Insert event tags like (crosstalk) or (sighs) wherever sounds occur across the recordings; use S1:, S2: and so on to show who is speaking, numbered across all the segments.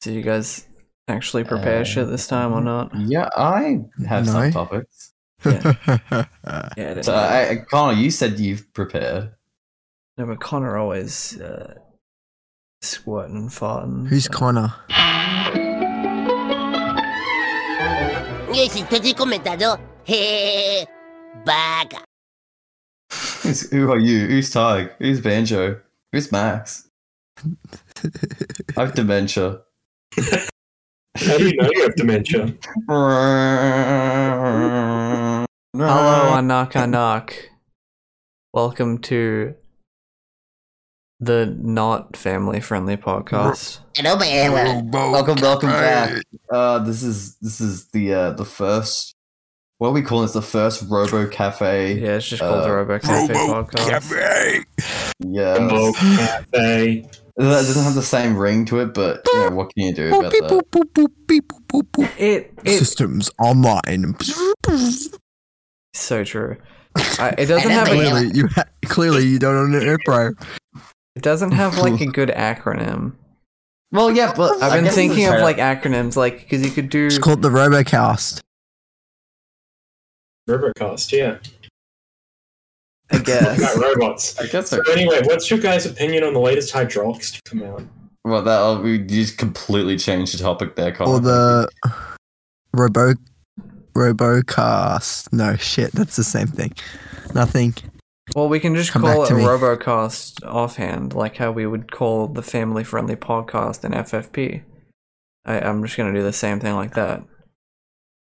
S1: Did you guys actually prepare
S2: Uh,
S1: shit this time or not?
S2: Yeah, I have
S3: No.
S2: some topics.
S1: Yeah, it is.
S2: So, uh, I, I- Connor, you said you've prepared.
S1: no, but Connor always uh, squirting, farting.
S3: Who's Connor?
S4: Es el tóxico mentado. Jejeje. Vaca.
S2: Who's, who are you? Who's Tig? Who's Banjo? Who's Max? I have dementia.
S5: How do you know you
S3: (laughs)
S5: have dementia?
S2: Hello,
S1: Hello, I knock, I knock. Welcome to the not family-friendly podcast.
S4: No pues, me
S2: welcome, welcome back. Uh, this is this is the uh, the first. What are we calling this? The first Robo Cafe.
S1: Yeah, it's just called the
S2: Uh,
S1: Robo Cafe
S3: Robo
S1: podcast.
S3: Cafe.
S2: Yeah,
S5: Bumble Cafe.
S2: that doesn't have the same ring to it, but you know, what can you do about that?
S1: It it's
S3: Systems online.
S1: so
S2: (laughs)
S1: true. I, it doesn't
S4: I
S1: have a,
S4: never-
S3: clearly, you ha- clearly you don't own an airfryer.
S1: it doesn't have like
S2: (laughs)
S1: a good acronym.
S2: Well, yeah, but I
S1: I've been
S2: guess it's
S1: thinking of
S2: fair.
S1: like acronyms, like because you could do
S3: It's called the RoboCast.
S5: Rivercast, yeah.
S1: I
S5: About
S1: guess.
S5: robots.
S2: I guess
S5: So
S2: so.
S5: anyway, what's your guys' opinion on the latest hydraulics to come out?
S2: Well, that uh, we you just completely changed the topic there, Connor.
S3: Or the Robo RoboCast. No shit, that's the same thing. Nothing.
S1: Well, we can just
S3: Come
S1: call
S3: back
S1: it
S3: to me.
S1: RoboCast offhand, like how we would call the family-friendly podcast in FFP. I, I'm just gonna do the same thing like that.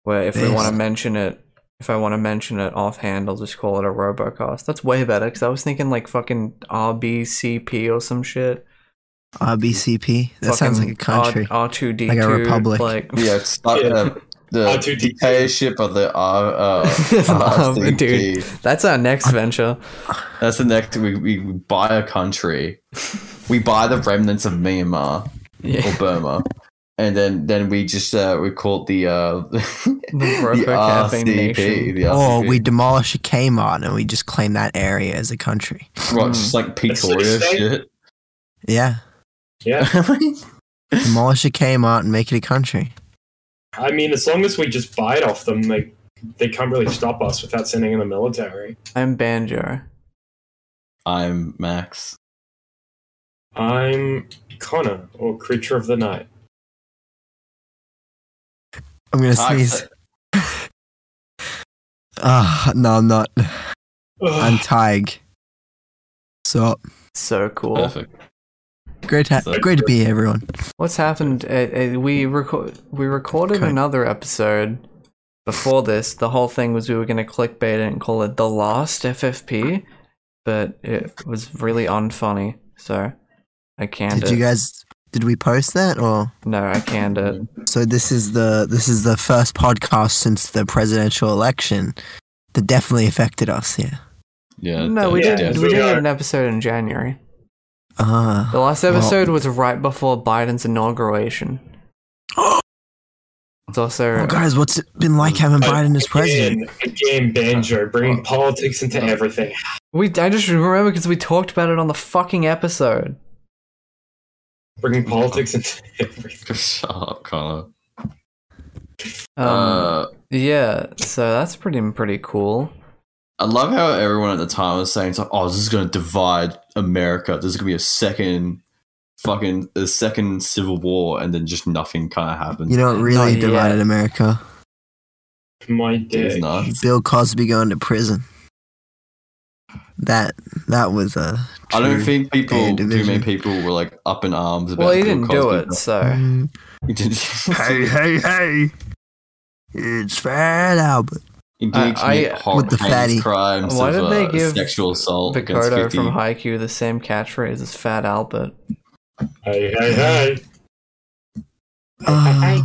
S1: Where if we
S3: Yes.
S1: want to mention it, if I want to mention it offhand, I'll just call it a RoboCast. That's way better because I was thinking like fucking RBCP or some shit.
S3: RBCP. That sounds like a country.
S1: R two D two,
S3: Like a republic.
S1: Like
S2: yeah, it's like
S5: Yeah.
S2: the, the
S5: R2D2.
S2: dictatorship of the R.
S1: (laughs)
S2: Uh,
S1: Um, dude. (laughs) that's our next venture.
S2: That's the next. We, we we buy a country. We buy the remnants of Myanmar or
S1: (laughs) Yeah,
S2: Burma, and then then we just uh, we call it the uh, the,
S1: the RoboCafe Nation. Oh,
S2: RCP. The
S3: Or
S2: RCP.
S3: Oh, we demolish a Kmart and we just claim that area as a country.
S1: Mm.
S2: What, just like Pretoria
S5: That's
S2: shit.
S3: Yeah.
S5: Yeah.
S1: (laughs)
S3: Demolish a Kmart and make it a country.
S5: I mean, as long as we just buy it off them, they they can't really stop us without sending in the military.
S1: I'm Banjo.
S2: I'm Max.
S5: I'm Connor, or Creature of the Night.
S3: I'm gonna
S2: I-
S3: sneeze. Ah, no, I'm not. I'm
S5: Ugh,
S3: Tig. So
S1: So cool.
S2: Perfect.
S3: great, ha-
S2: So-
S3: great to be here, everyone.
S1: What's happened? Uh, uh, we record we recorded
S3: Okay.
S1: another episode before this. The whole thing was we were going to clickbait it and call it the last FFP, but it was really unfunny. So I canned
S3: Did
S1: it.
S3: you guys? Did we post that or?
S1: no, I canned it.
S3: So this is the this is the first podcast since the presidential election that definitely affected us. Yeah.
S2: Yeah.
S1: No, we
S5: yeah,
S1: didn't.
S5: yeah,
S1: we
S5: we
S1: didn't
S5: are.
S1: have an episode in January.
S3: Ah.
S1: The last episode was right before Biden's inauguration. It's also
S3: Well, Oh, guys, what's it been like having Biden as president? Oh.
S5: Again, again, banjo, bringing politics into everything.
S1: we. I just remember because we talked about it on the fucking episode.
S5: Bringing
S3: Oh.
S5: politics into (laughs)
S2: (laughs)
S5: everything.
S2: Shut up, Connor.
S1: Um,
S2: uh,
S1: yeah, so that's pretty pretty cool.
S2: I love how everyone at the time was saying, it's like, oh, this is going to divide America. There's going to be a second fucking, a second civil war, and then just nothing kind of happens.
S3: You know, what really
S1: Not yet.
S3: divided America.
S5: My
S2: It's
S5: dick.
S2: not.
S3: Bill Cosby going to prison. That that was a.
S2: I don't
S3: true-
S2: think people,
S3: and
S2: too
S3: division.
S2: many people were like up in arms about
S1: Well, he
S2: Bill
S1: didn't do
S2: Cosby.
S1: it,
S2: (laughs)
S1: so
S3: Mm,
S2: He didn't. (laughs)
S3: hey, (laughs) hey, hey! It's Fat Albert.
S2: Engaged
S1: I-
S2: in
S1: I-
S2: hor-
S3: With the
S2: heinous
S3: fatty.
S2: crimes
S1: Why
S2: of,
S1: did they
S2: uh,
S1: give
S2: sexual assault against
S1: (laughs) Picardo
S2: 50.
S1: from Haikyuu the same catchphrase as Fat Albert.
S5: Hey, hey, hey.
S3: Um, I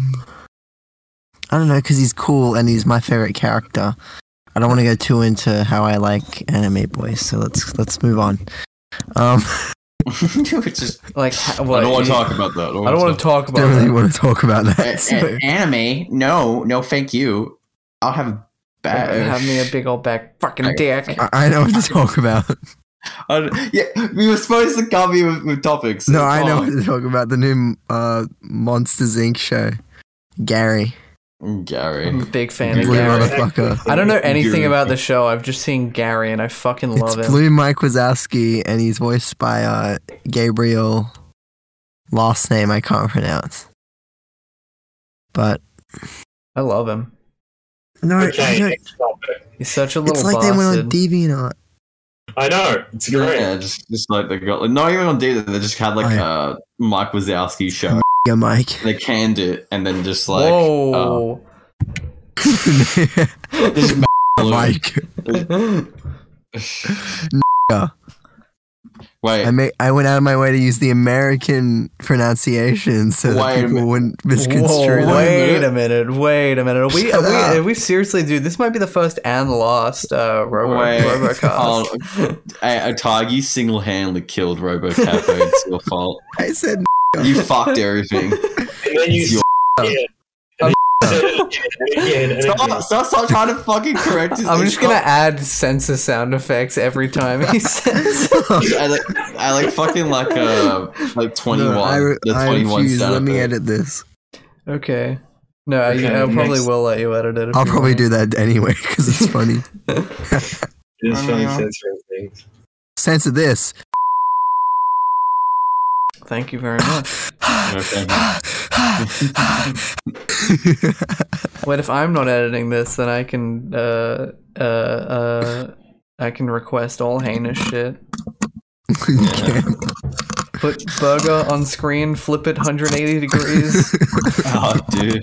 S3: don't know because he's cool and he's my favorite character. I don't want to go too into how I like anime boys, so let's let's move on. Um, (laughs)
S2: (laughs) It's just-
S1: Like, ha- what,
S2: I don't want
S1: you-
S2: to talk about that.
S1: I don't want to talk
S3: don't
S1: about
S3: (laughs) really
S1: it.
S3: want to talk about
S2: Eh,
S3: that. so-
S2: anime? No, no, thank you. I'll (laughs) have
S1: Have me a big old back fucking
S2: (laughs) I-
S1: dick.
S3: I, I know what to talk about.
S2: I don't- (laughs) yeah, we were supposed to come here with, with topics.
S3: (laughs) No, I know what
S2: Oh,
S3: to talk about. The new uh, Monsters Inc. show. Gary. (laughs)
S1: I'm
S2: Oh, Gary.
S1: a
S2: (laughs)
S1: big fan of
S3: Blue
S1: Gary.
S3: motherfucker.
S1: I don't know anything
S2: Gary.
S1: about the show. I've just seen Gary and I fucking love
S3: it's
S1: him.
S3: Blue Mike Wazowski, and he's voiced by uh, Gabriel. Last name I can't pronounce. But
S1: I love him.
S3: no, I
S5: Okay,
S3: don't,
S5: next topic.
S1: He's such a little
S3: it's like
S1: bastard.
S3: they went on DeviantArt.
S5: I know it's great.
S2: Yeah, just, just like they got like not even on D. They just had like
S3: Oh, yeah.
S2: uh Mike Wazowski
S3: (laughs)
S2: show.
S3: Yeah, Mike.
S2: They canned it and then just like uh,
S1: Whoa.
S2: just
S3: Mike.
S2: uh,
S1: (laughs)
S2: (laughs)
S3: (laughs)
S2: Wait,
S3: I ma- I went out of my way to use the American pronunciation so
S2: Wait a
S3: that people
S2: minute.
S3: wouldn't misconstrue
S1: Whoa,
S3: them.
S1: wait a minute. Wait a minute. Are we, are we,
S3: Shut up.
S1: are we seriously, dude, this might be the first and last uh, Robo,
S2: Wait.
S5: (laughs)
S1: Robocast.
S5: Oh,
S2: A- Atagi single handedly killed RoboCafe.
S3: (laughs)
S2: it's your fault.
S1: (laughs)
S3: I said
S2: You fucked everything.
S5: And then you
S2: It's your- Oh.
S5: said
S2: (laughs)
S5: it. And then you said it again and again and again.
S2: Stop, stop, stop trying to fucking correct
S3: (laughs)
S2: his
S1: I'm just gonna add censor sound effects every time he (laughs) says.
S2: I like, I like fucking like uh like 21.
S3: No, I, re-
S2: the
S3: I
S2: 21
S3: refuse.
S2: sound
S3: Let me
S2: effect.
S3: edit this.
S1: okay. No, I,
S5: Okay,
S1: I probably
S5: next.
S1: will let you edit it. if
S3: I'll
S1: you
S3: probably
S1: want.
S3: do that anyway (laughs) because it's funny.
S5: It's funny
S2: Uh,
S5: censoring things.
S3: Censor this.
S1: Thank you very much.
S2: Okay.
S1: Wait, if I'm not editing this, then I can uh uh uh I can request all heinous shit. Put burger on screen, flip it 180 (laughs) degrees,
S2: Oh, (laughs) dude.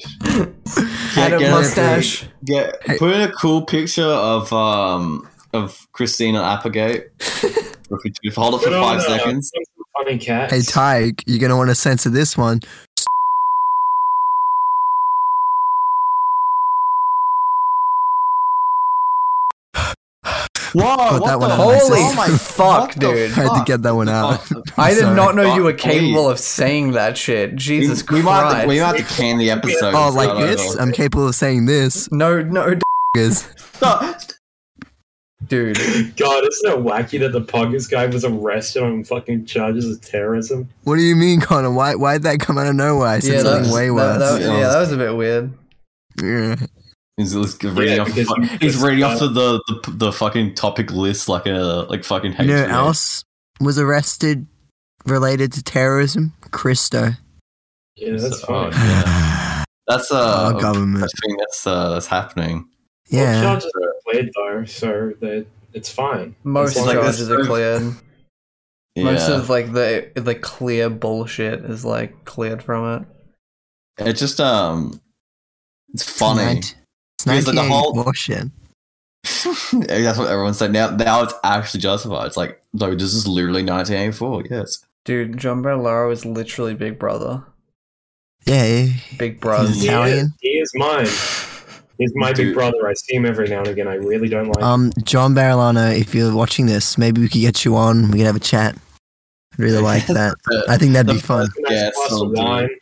S1: add a
S2: get it.
S1: mustache.
S2: Get, put in a cool picture of um of Christina Applegate.
S3: (laughs)
S2: if we if hold it for
S5: Put on,
S2: five
S5: uh,
S2: seconds.
S5: some Funny cats.
S3: (laughs) hey, Ty, you're gonna want to censor this one.
S2: Whoa!
S3: Put that one out
S1: Holy
S3: myself.
S1: fuck, dude!
S3: I had to get that one out.
S1: I did
S3: Sorry.
S1: not know you
S2: Oh,
S1: were capable
S2: please.
S1: of saying that shit.
S3: (laughs)
S1: Jesus
S2: we, we might have
S1: Christ!
S2: to, we might have to can the episode.
S3: Oh,
S2: and
S3: like
S2: start
S3: this?
S2: over.
S3: I'm capable of saying this.
S1: no, no, d-
S3: Is
S2: No,
S1: dude.
S5: (laughs) God, isn't it wacky that the Poggers guy was arrested on fucking charges of terrorism?
S3: what do you mean, Connor? Why? Why'd that come out of nowhere? I said
S1: Yeah, that,
S3: something way
S1: that-
S3: worse.
S1: that-
S2: Yeah.
S1: yeah, that was a bit weird.
S3: Yeah.
S2: He's, he's reading off,
S5: because you
S2: he's
S5: just,
S2: reading
S5: uh,
S2: off the, the the fucking topic list like a like fucking.
S3: You know
S2: HBO.
S3: who else was arrested related to terrorism? Christo.
S5: Yeah, that's
S2: So,
S5: fine.
S2: oh, yeah. That's uh,
S3: Our Oh, government.
S2: that's thing that's uh, that's happening.
S5: Well,
S3: Yeah.
S5: charges are cleared though, so that it's fine.
S1: Most
S5: It's
S2: like
S1: charges
S2: this-
S1: are cleared.
S2: Yeah,
S1: Most of like the the clear bullshit is like cleared from it.
S2: it's just um, it's funny.
S3: It's
S2: Because, like, the
S3: 1980
S2: whole- (laughs)
S3: bullshit.
S2: that's what everyone said. Now, now it's actually justified. It's like, no, this is literally 1984. Yes,
S1: Dude, John Bernalaro is literally Big Brother.
S3: Yeah, he-
S1: Big Brother.
S3: He's Italian?
S5: He is, he is mine. He's my
S2: Dude.
S5: big brother. I see him every now and again. I really don't like him.
S3: Um, John Barilano, if you're watching this, maybe we could get you on. We could have a chat. I'd really
S1: (laughs)
S3: like that. I think that'd be fun.
S5: Nice
S2: yeah,
S5: glass
S2: so
S5: of
S2: do.
S5: wine.
S1: (laughs)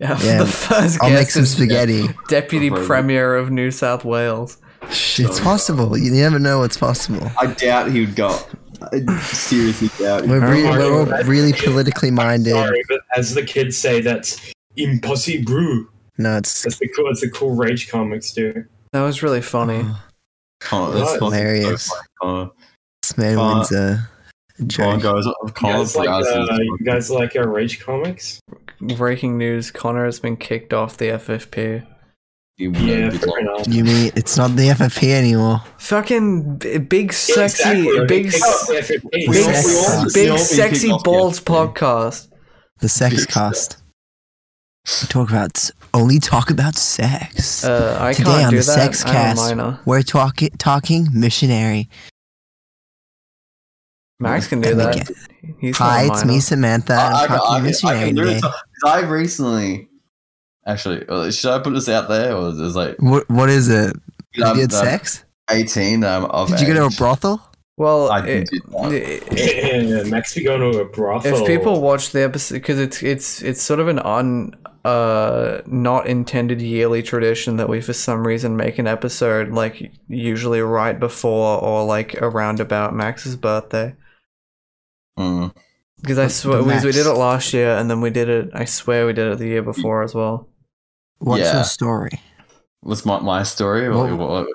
S1: Yeah,
S3: Yeah,
S1: (laughs) the first
S3: I'll make
S1: guest
S3: some
S1: is
S3: spaghetti.
S1: Deputy
S2: Probably.
S1: Premier of New South Wales.
S3: It's possible. You never know what's possible.
S2: I doubt he would go. I seriously doubt.
S3: We're, re-
S5: Mark,
S3: we're all
S5: that's-
S3: really politically minded.
S5: Sorry, but as the kids say, that's impossible.
S3: No, it's
S5: That's the cool. That's the cool rage comics do.
S1: That was really funny.
S2: Connor, that's fucking
S5: Right.
S2: so
S3: hilarious.
S2: funny.
S3: This man
S2: Uh,
S3: wins a a
S2: Connor, Connor
S3: joke.
S2: goes.
S5: You
S2: Connor
S5: guys like,
S2: browses
S5: uh,
S2: fucking-
S5: you guys like our rage comics?
S3: Uh-huh.
S1: Breaking news: Connor has been kicked off the FFP.
S2: You
S5: Yeah,
S2: would be
S5: fair
S2: like-
S5: enough.
S3: You mean it's not the FFP anymore?
S1: Fucking b- big, sexy,
S5: Exactly.
S1: big, s-
S5: Yeah, 15.
S1: big,
S3: all-
S1: s-
S3: we all-
S1: big,
S2: we all been
S1: sexy
S2: kicked off the
S1: balls
S2: FFP.
S1: podcast.
S3: The sex cast. We talk about s- only talk about sex.
S1: Uh, I
S3: Today
S1: can't
S3: on
S1: do
S3: the
S1: that.
S3: sex
S1: I'm
S3: cast.
S1: a minor.
S3: We're talking talking missionary.
S1: Max can do
S3: Let me
S1: that.
S3: get-
S1: He's
S3: Hi,
S1: not
S3: it's
S1: a minor.
S3: me, Samantha. I'm
S2: Oh, I, I,
S3: talking
S2: I, I,
S3: missionary
S2: can do
S3: today.
S2: it. I recently, actually, uh, should I put this out there, or is it like
S3: What what is it? You
S2: I'm-
S3: did
S2: I'm
S3: sex?
S2: Eighteen. Um, of
S3: Did you go to a
S2: age.
S3: brothel?
S1: Well,
S2: I did
S1: it-
S2: that.
S3: (laughs)
S1: it-
S5: Yeah, Max be going to a brothel.
S1: if people watch the episode, because it's it's it's sort of an un uh not intended yearly tradition that we for some reason make an episode like usually right before or like around about Max's birthday.
S2: Mm.
S1: Because I
S3: The-
S1: swear
S3: the
S1: we, we did it
S3: max.
S1: last year, and then we did it. I swear we did it the year before as well.
S3: What's
S2: Yeah.
S3: your story?
S2: What's my, my story? or
S3: Well,
S2: what-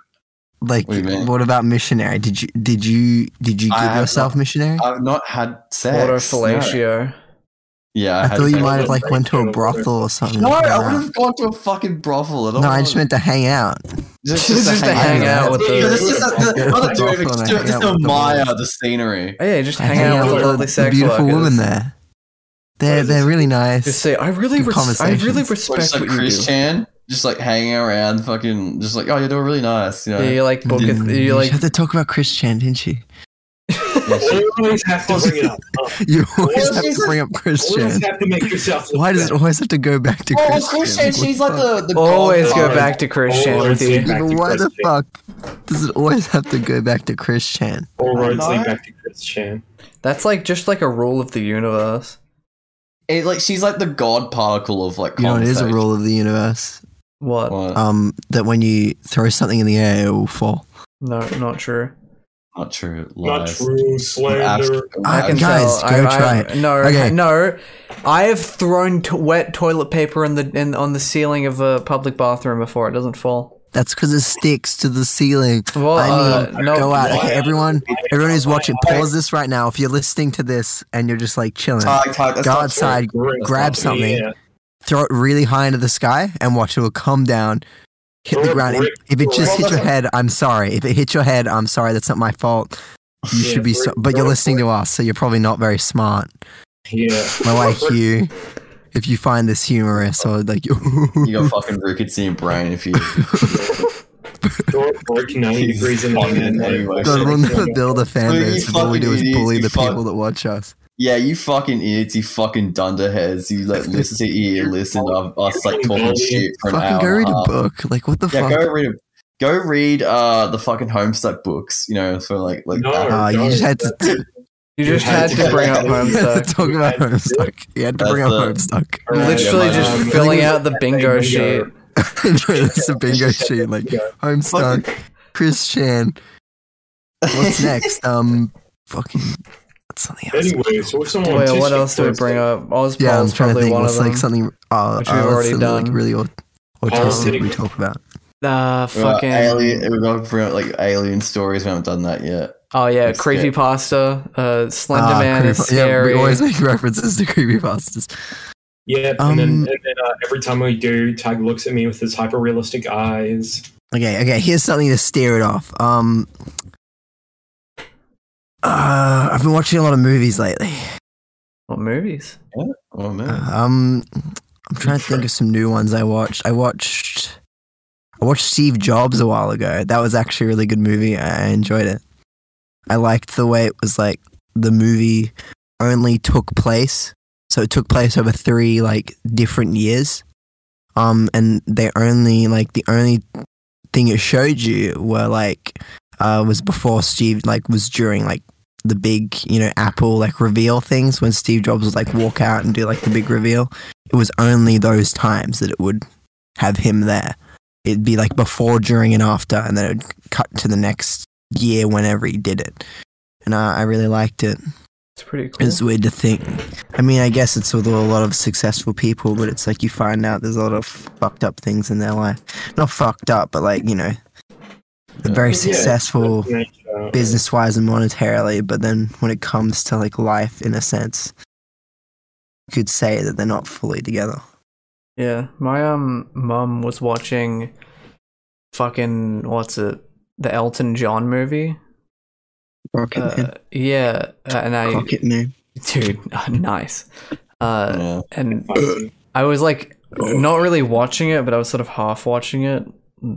S3: Like,
S2: What do you mean?
S3: what, about missionary? Did you did you did you
S2: I
S3: give
S2: have
S3: yourself missionary? I,
S2: I've not had sex.
S1: Order
S2: no.
S1: fellatio.
S2: Yeah, I, had
S3: thought you
S2: sex.
S3: might have
S5: with
S3: like went to a
S5: Rachel.
S3: brothel or something.
S2: No,
S3: like
S2: I
S3: that.
S2: would have gone to a fucking brothel. at all.
S3: no, I just meant to hang out. (laughs)
S2: just,
S1: Just to hang out with
S2: Yeah,
S1: the-
S2: that's just
S5: Yeah.
S2: that's- that's not
S3: Brothel
S2: doing it,
S3: and
S2: just
S3: hang
S2: to- just
S3: out
S2: to
S3: with the
S2: admire
S3: boys.
S2: the scenery.
S1: Oh, yeah, just
S3: I
S1: hang
S3: hang
S1: out
S5: out
S1: with
S5: with
S1: the lovely
S3: the
S1: sex
S3: beautiful
S1: workers.
S3: women there. They're they're really
S1: Just
S3: nice.
S1: say, I really,
S3: Good
S1: res- I really
S3: conversations.
S2: Or
S1: respect
S2: just
S1: what
S2: like
S1: you do.
S2: Chris Chan, just like hanging around, fucking, just like, oh, you're doing really nice. You know?
S1: Yeah, you like book it.
S3: Mm,
S1: You
S3: you
S1: like
S3: had to talk about Chris Chan, didn't you? (laughs)
S2: "Oh,
S5: Always have to bring it up.
S3: You always
S2: Well,
S3: have
S2: she's
S3: to bring up Chris Chan.
S5: Always have to make yourself. Look
S3: Why does it
S5: good.
S3: always have to go back to
S2: Oh,
S3: Chris?
S2: Chris
S3: Chan?
S2: Chan, she's like the, the
S1: always
S2: god-
S1: go
S5: Always.
S1: back to Chris Chan with
S5: Always.
S1: you.
S5: Back to
S3: Why
S5: Chris
S3: the
S5: Chan.
S3: fuck does it always have to go back to Chris Chan?
S5: all
S2: Am
S5: roads
S2: I?
S5: lead back to Chris Chan?
S1: That's like just like a rule of the universe.
S2: It, like she's like the god particle of like.
S3: You know, it is a
S2: conversation.
S3: rule of the universe.
S1: What?
S2: What?
S3: Um, that when you throw something in the air, it will fall.
S1: No, not true.
S2: not true.
S5: Not
S2: Lies.
S5: true slander.
S2: Abs-
S3: Um, I
S1: I can
S2: abs-
S3: Guys,
S1: tell.
S3: go
S1: I,
S3: try
S1: I,
S3: it.
S1: No,
S3: Okay.
S1: no. I have thrown t- wet toilet paper in the in on the ceiling of a public bathroom before. It doesn't fall.
S3: That's because it sticks to the ceiling.
S1: Well,
S3: I mean,
S1: uh, no.
S3: go out. Okay, everyone, everyone who's watching,
S5: I-
S3: pause this right now. If you're listening to this and you're just like chilling,
S2: Tag, tag, that's
S3: go
S2: not
S3: outside,
S2: true. That's
S3: grab
S2: not true.
S3: something.
S5: Yeah.
S3: throw it really high into the sky, and watch it will come down, hit
S5: Throw
S3: the
S5: a
S3: ground. If,
S5: brick-
S3: if it
S5: throw
S3: just
S2: a-
S3: hits your head, I'm sorry. If it hits your head, I'm sorry. That's not my fault. You
S5: Yeah,
S3: should be, so-
S5: brick-
S3: but you're
S5: brick-
S3: listening to us, so you're probably not very smart.
S5: Yeah.
S3: (laughs) My like Hugh, if you find this humorous or
S2: (laughs)
S3: like, (laughs)
S2: You got fucking rickety and brain if you.
S5: Throw a brick 90
S2: Jesus
S5: degrees in the
S2: fucking
S5: air.
S2: anyway.
S5: Like,
S3: God, we'll never
S5: yeah.
S3: build a fan
S2: You
S3: base. if All we
S2: fucking
S3: do is
S2: idiots,
S3: bully
S2: you
S3: the
S2: fuck.
S3: people that watch us.
S2: yeah, you fucking idiots, you fucking dunderheads. You
S3: (laughs)
S2: like listen to ear, listen to us like talking shit for an
S3: Fucking
S2: hour. and
S3: go
S2: a
S3: read a
S2: half.
S3: book. Like, what the
S2: Yeah,
S3: fuck?
S2: go read. A, go read uh the fucking Homestuck books. You know, for like like.
S5: No,
S2: that.
S3: Ah, you
S5: don't.
S3: just had to,
S1: You just
S5: You
S1: had
S5: had
S1: to
S5: to-
S1: bring up
S3: you (laughs) had to
S1: Homestuck.
S3: talk about
S5: That's
S3: Homestuck. You had to bring up
S2: That's
S3: Homestuck. (laughs)
S5: All right.
S1: Literally
S2: Yeah,
S1: just
S5: uh,
S2: um,
S1: filling out the bingo
S5: bingo.
S1: sheet.
S3: It's a bingo sheet. Like, Homestuck, Chris Chan.
S2: (laughs)
S3: What's next? Um, fucking. What's something else?
S5: Anyway, so what's on
S1: Wait, what
S5: autistic
S1: else do we bring
S5: person?
S1: up? Ozpol's
S3: Yeah, I'm trying to
S1: probably
S3: think.
S1: one of
S3: What's
S1: them.
S3: like something. Uh,
S1: Which we've
S3: uh,
S1: already
S3: something, like,
S1: done.
S3: really aut- autistic we talk about.
S1: uh,
S2: We're like
S1: fucking.
S2: alien. We're going for like alien stories. We haven't done that yet.
S1: Oh yeah,
S2: Let's get-
S1: creepypasta. Uh, Slender
S3: Ah,
S1: Man is
S3: creepy-
S1: scary.
S3: Yeah, we always make references to creepypastas.
S5: Yep,
S3: Um,
S5: and then, and then uh, every time we do, Tag looks at me with his hyper realistic eyes.
S3: Okay, okay. Here's something to steer it off. Um, uh, I've been watching a lot of movies lately.
S1: What movies?
S2: Oh man.
S3: Um, I'm trying to think of some new ones I watched. I watched, I watched Steve Jobs a while ago. That was actually a really good movie. I I enjoyed it. I liked the way it was like the movie only took place, so it took place over three like different years. Um, and they only like the only thing it showed you were like uh was before Steve like was during like the big, you know, Apple like reveal things when Steve Jobs would like walk out and do like the big reveal. It was only those times that it would have him there. It'd be like before, during, and after, and then it would cut to the next year whenever he did it. And I, I really liked it.
S1: It's pretty cool.
S3: It's weird to think. I mean, I guess it's with a lot of successful people, but it's like you find out there's a lot of fucked up things in their life. Not fucked up, but like, you know, they're very
S5: Yeah.
S3: successful
S5: Nature.
S3: business wise and monetarily, but then when it comes to like life in a sense, you could say that they're not fully together.
S1: Yeah, my um mum was watching fucking what's it? The Elton John movie.
S3: Rocket
S1: Uh, yeah, uh, and I
S3: man.
S1: dude, (laughs) nice. Uh
S2: Yeah.
S1: and
S5: Fancy.
S1: I was like not really watching it, but I was sort of half watching it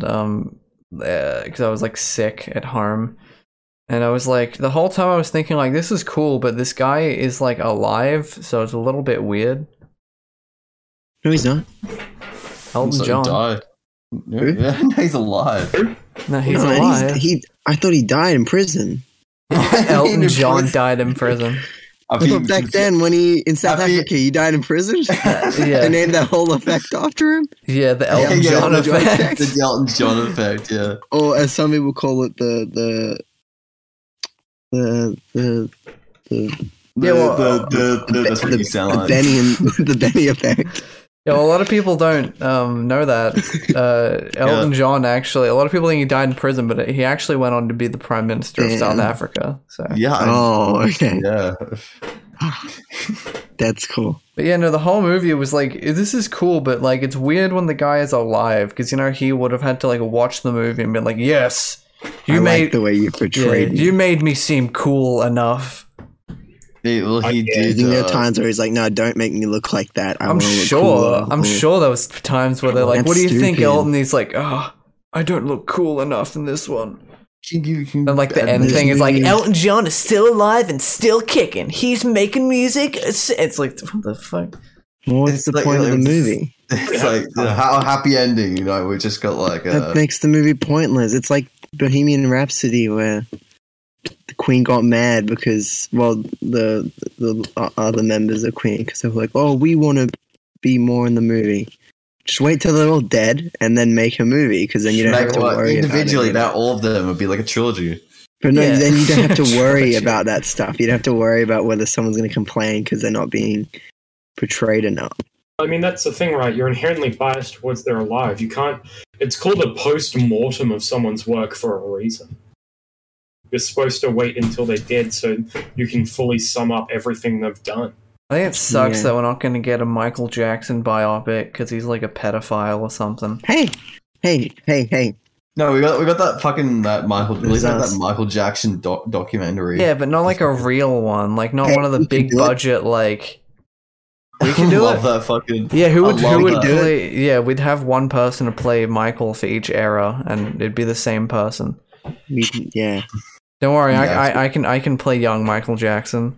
S1: um because I was like sick at home. And I was like the whole time I was thinking like this is cool, but this guy is like alive, so it's a little bit weird.
S3: No, he's not.
S1: Elton
S2: So he
S1: John.
S2: died. Yeah, yeah, (laughs) he's alive.
S3: (laughs)
S1: No, he's alive.
S3: Oh, he, I thought he died in prison.
S2: (laughs)
S1: Elton John died in prison.
S2: I think- (laughs)
S3: when he in
S2: South Have you- Africa,
S3: he died in prison.
S1: (laughs) Yeah,
S3: named that whole effect after him,
S1: yeah, the Elton
S2: yeah,
S1: John
S2: Elton
S3: John
S1: effect.
S3: effect.
S2: The Elton John effect, yeah.
S3: or as some people call it, the the the the. the
S2: The,
S3: Yeah, well,
S2: the, the, the, that's what
S3: the,
S2: you sound
S3: the
S2: like. (laughs)
S3: Benny and the Benny effect.
S1: (laughs) Yeah, well, a lot of people don't um, know that. Uh, Elton John actually, a lot of people think he died in prison, but he actually went on to be the prime minister of South
S3: Damn.
S1: Africa. So,
S2: Yeah. I-
S3: Oh, okay,
S2: Yeah.
S3: that's cool.
S1: but yeah, no, the whole movie was like, this is cool, but like, it's weird when the guy is alive because you know he would have had to like watch the movie and be like, yes, you
S3: I
S1: made
S3: like the way you
S1: yeah,
S3: portrayed. it.
S1: you made me seem cool enough.
S2: He- well, he
S5: I-
S3: Do you
S2: did.
S3: think there
S2: uh,
S3: are times where he's like, "No, don't make me look like that." I
S1: I'm
S3: wanna look
S1: sure.
S3: cooler,"
S1: I'm
S3: or-
S1: sure there was times where they're like,
S3: That's
S1: what do you think,
S3: stupid.
S1: Elton? He's like, oh, I don't look cool enough in this one.
S2: can you- can you
S1: And like the
S2: bend
S1: end
S2: this? (laughs)
S1: thing is like
S3: Mm.
S1: Elton John is still alive and still kicking. He's making music. It's, it's like what the fuck.
S3: Well,
S2: It's
S3: What's the
S2: like-
S3: point of the
S2: it's-
S3: movie?
S2: It's like
S3: Oh.
S2: the ha- happy ending, you know. We just got like uh, a.
S3: That makes the movie pointless. It's like Bohemian Rhapsody, where the Queen got mad because, well, the the o- other members of Queen, because they were like, "Oh, we want to be more in the movie." Just wait till they're all dead and then make a movie, because then you don't
S2: Like,
S3: have to
S2: what-
S3: worry
S2: individually,
S3: About it.
S2: that all of them would be like a trilogy.
S3: But no,
S1: Yeah.
S3: then you don't have
S2: (laughs)
S3: to worry
S1: Trilogy.
S3: about that stuff. You don't have to worry about whether someone's going to complain because they're not being portrayed enough.
S5: I mean, that's the thing, right? You're inherently biased towards their alive. You can't. It's called a post mortem of someone's work for a reason. You're supposed to wait until they're dead so you can fully sum up everything they've done.
S1: I think it sucks
S3: Yeah.
S1: that we're not going to get a Michael Jackson biopic because he's like a pedophile or something.
S3: Hey, hey, hey, hey.
S2: No, we got we got that fucking that Michael. At least we got
S3: That's-
S2: that Michael Jackson doc- documentary.
S1: Yeah, but not like a real one. Like not
S3: Hey,
S1: one of the
S3: we can
S1: big
S3: do it.
S1: budget like.
S2: (laughs)
S1: We can do
S2: Love
S1: it.
S2: that fucking.
S1: Yeah, who
S2: I
S1: would
S2: love
S1: who would
S2: that.
S1: play? Yeah, we'd have one person to play Michael for each era, and it'd be the same person.
S3: We, yeah.
S1: Don't worry, I,
S2: Yeah.
S1: I, I can I can play young Michael Jackson.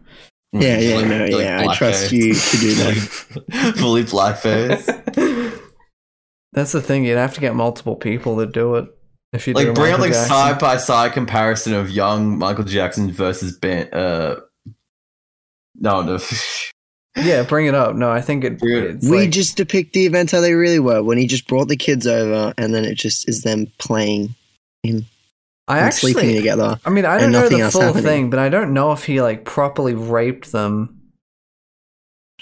S3: Yeah, yeah, no, yeah. I trust you to do that.
S2: that. (laughs) Fully
S3: (laughs)
S2: blackface.
S1: That's the thing. You'd have to get multiple people to do it. If you do
S2: like bring up
S1: Michael
S2: like
S1: Jackson.
S2: side by side comparison of young Michael Jackson versus Ben. Uh, no, no. (laughs)
S1: Yeah, bring it up. No, I think it.
S2: Bring it-
S1: It's
S3: we
S1: like-
S3: just depict the events how they really were when he just brought the kids over and then it just is them playing
S1: I
S3: and
S1: actually.
S3: sleeping together.
S1: I mean, I
S3: and
S1: don't know
S3: nothing
S1: the
S3: else
S1: full
S3: happening.
S1: thing, but I don't know if he like properly raped them.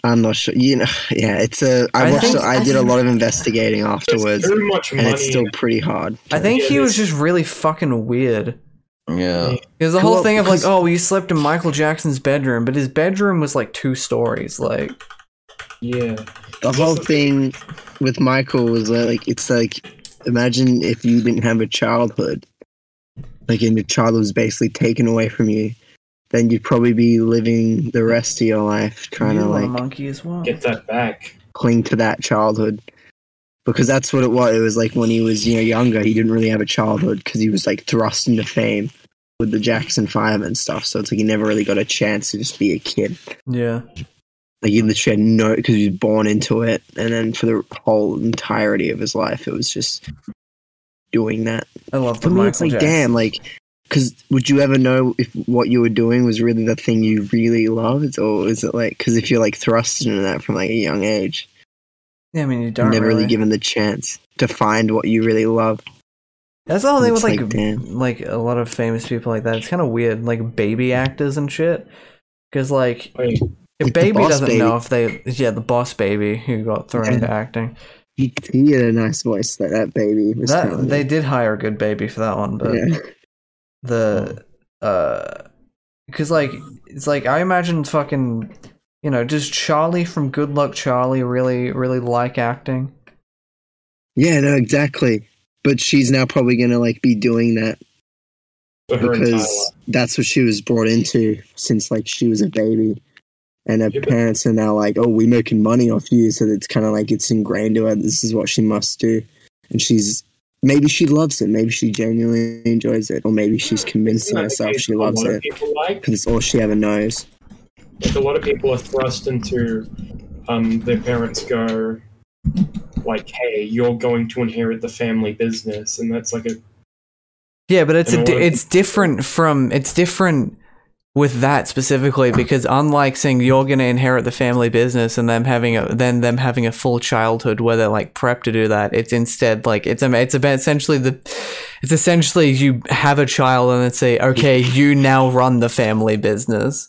S3: I'm not sure. You know, (laughs) yeah, it's a. I
S1: I
S3: watched.
S1: think-
S3: it- I,
S4: I
S3: did a
S4: think-
S3: lot of investigating afterwards,
S5: There's too much
S3: and
S5: money.
S3: it's still pretty hard.
S1: I think
S5: Yeah,
S1: he was
S5: there's-
S1: just really fucking weird.
S2: Yeah.
S1: Because the whole
S3: Well,
S1: thing of like,
S3: because-
S1: oh, we slept in Michael Jackson's bedroom, but his bedroom was like two stories. Like,
S5: yeah.
S3: The whole thing with Michael was uh, like, it's like, imagine if you didn't have a childhood, like, and your childhood was basically taken away from you, then you'd probably be living the rest of your life trying
S1: you
S3: to
S1: were a
S3: like
S1: monkey as well.
S5: Get that back.
S3: cling to that childhood because that's what it was. It was like when he was you know younger, he didn't really have a childhood because he was like thrust into fame with the Jackson Five and stuff. So it's like he never really got a chance to just be a kid.
S1: Yeah.
S3: Like he literally had no because he was born into it, and then for the whole entirety of his life, it was just doing that.
S1: I love the
S3: For me, it's
S1: Michael
S3: like
S1: Jackson.
S3: damn, like. Because would you ever know if what you were doing was really the thing you really loved, or is it like because if you're like thrust into that from like a young age,
S1: Yeah, I mean, you don't
S3: never really.
S1: really
S3: given the chance to find what you really love.
S1: That's the whole thing with
S3: It's
S1: like
S3: like,
S1: like,
S3: damn.
S1: a lot of famous people like that. It's kind of weird, like baby actors and shit. Because like
S5: I mean,
S1: if
S3: Like the
S1: baby
S3: Boss
S1: doesn't
S3: Baby.
S1: know if they yeah the boss baby who got thrown
S3: Yeah.
S1: into acting
S3: He, he had a nice voice, that that baby. Was
S1: that
S3: talented.
S1: they did hire a good baby for that one, but
S3: Yeah.
S1: the uh because like it's like i imagine fucking you know does charlie from good luck charlie really really like acting
S3: yeah, no, exactly. But she's now probably gonna like be doing that
S5: for her entire life.
S3: because that's what she was brought into since like she was a baby, and her
S5: Yeah, but-
S3: parents are now like, oh, we making money off you, so it's kind of like it's ingrained to her. This is what she must do, and she's. Maybe she loves it. Maybe she genuinely enjoys it, or maybe she's convincing
S5: Isn't that the
S3: herself
S5: case
S3: she
S5: with a
S3: loves
S5: lot of
S3: it
S5: people like?
S3: because it's all she ever knows.
S5: Like, a lot of people are thrust into um, their parents go like hey you're going to inherit the family business and that's like a
S1: yeah but it's
S5: You
S1: a
S5: know
S1: di-
S5: what?
S1: it's different from it's different with that specifically because unlike saying you're going to inherit the family business and them having a then them having a full childhood where they're like prepped to do that it's instead like it's a it's about essentially the it's essentially you have a child and then say okay you now run the family business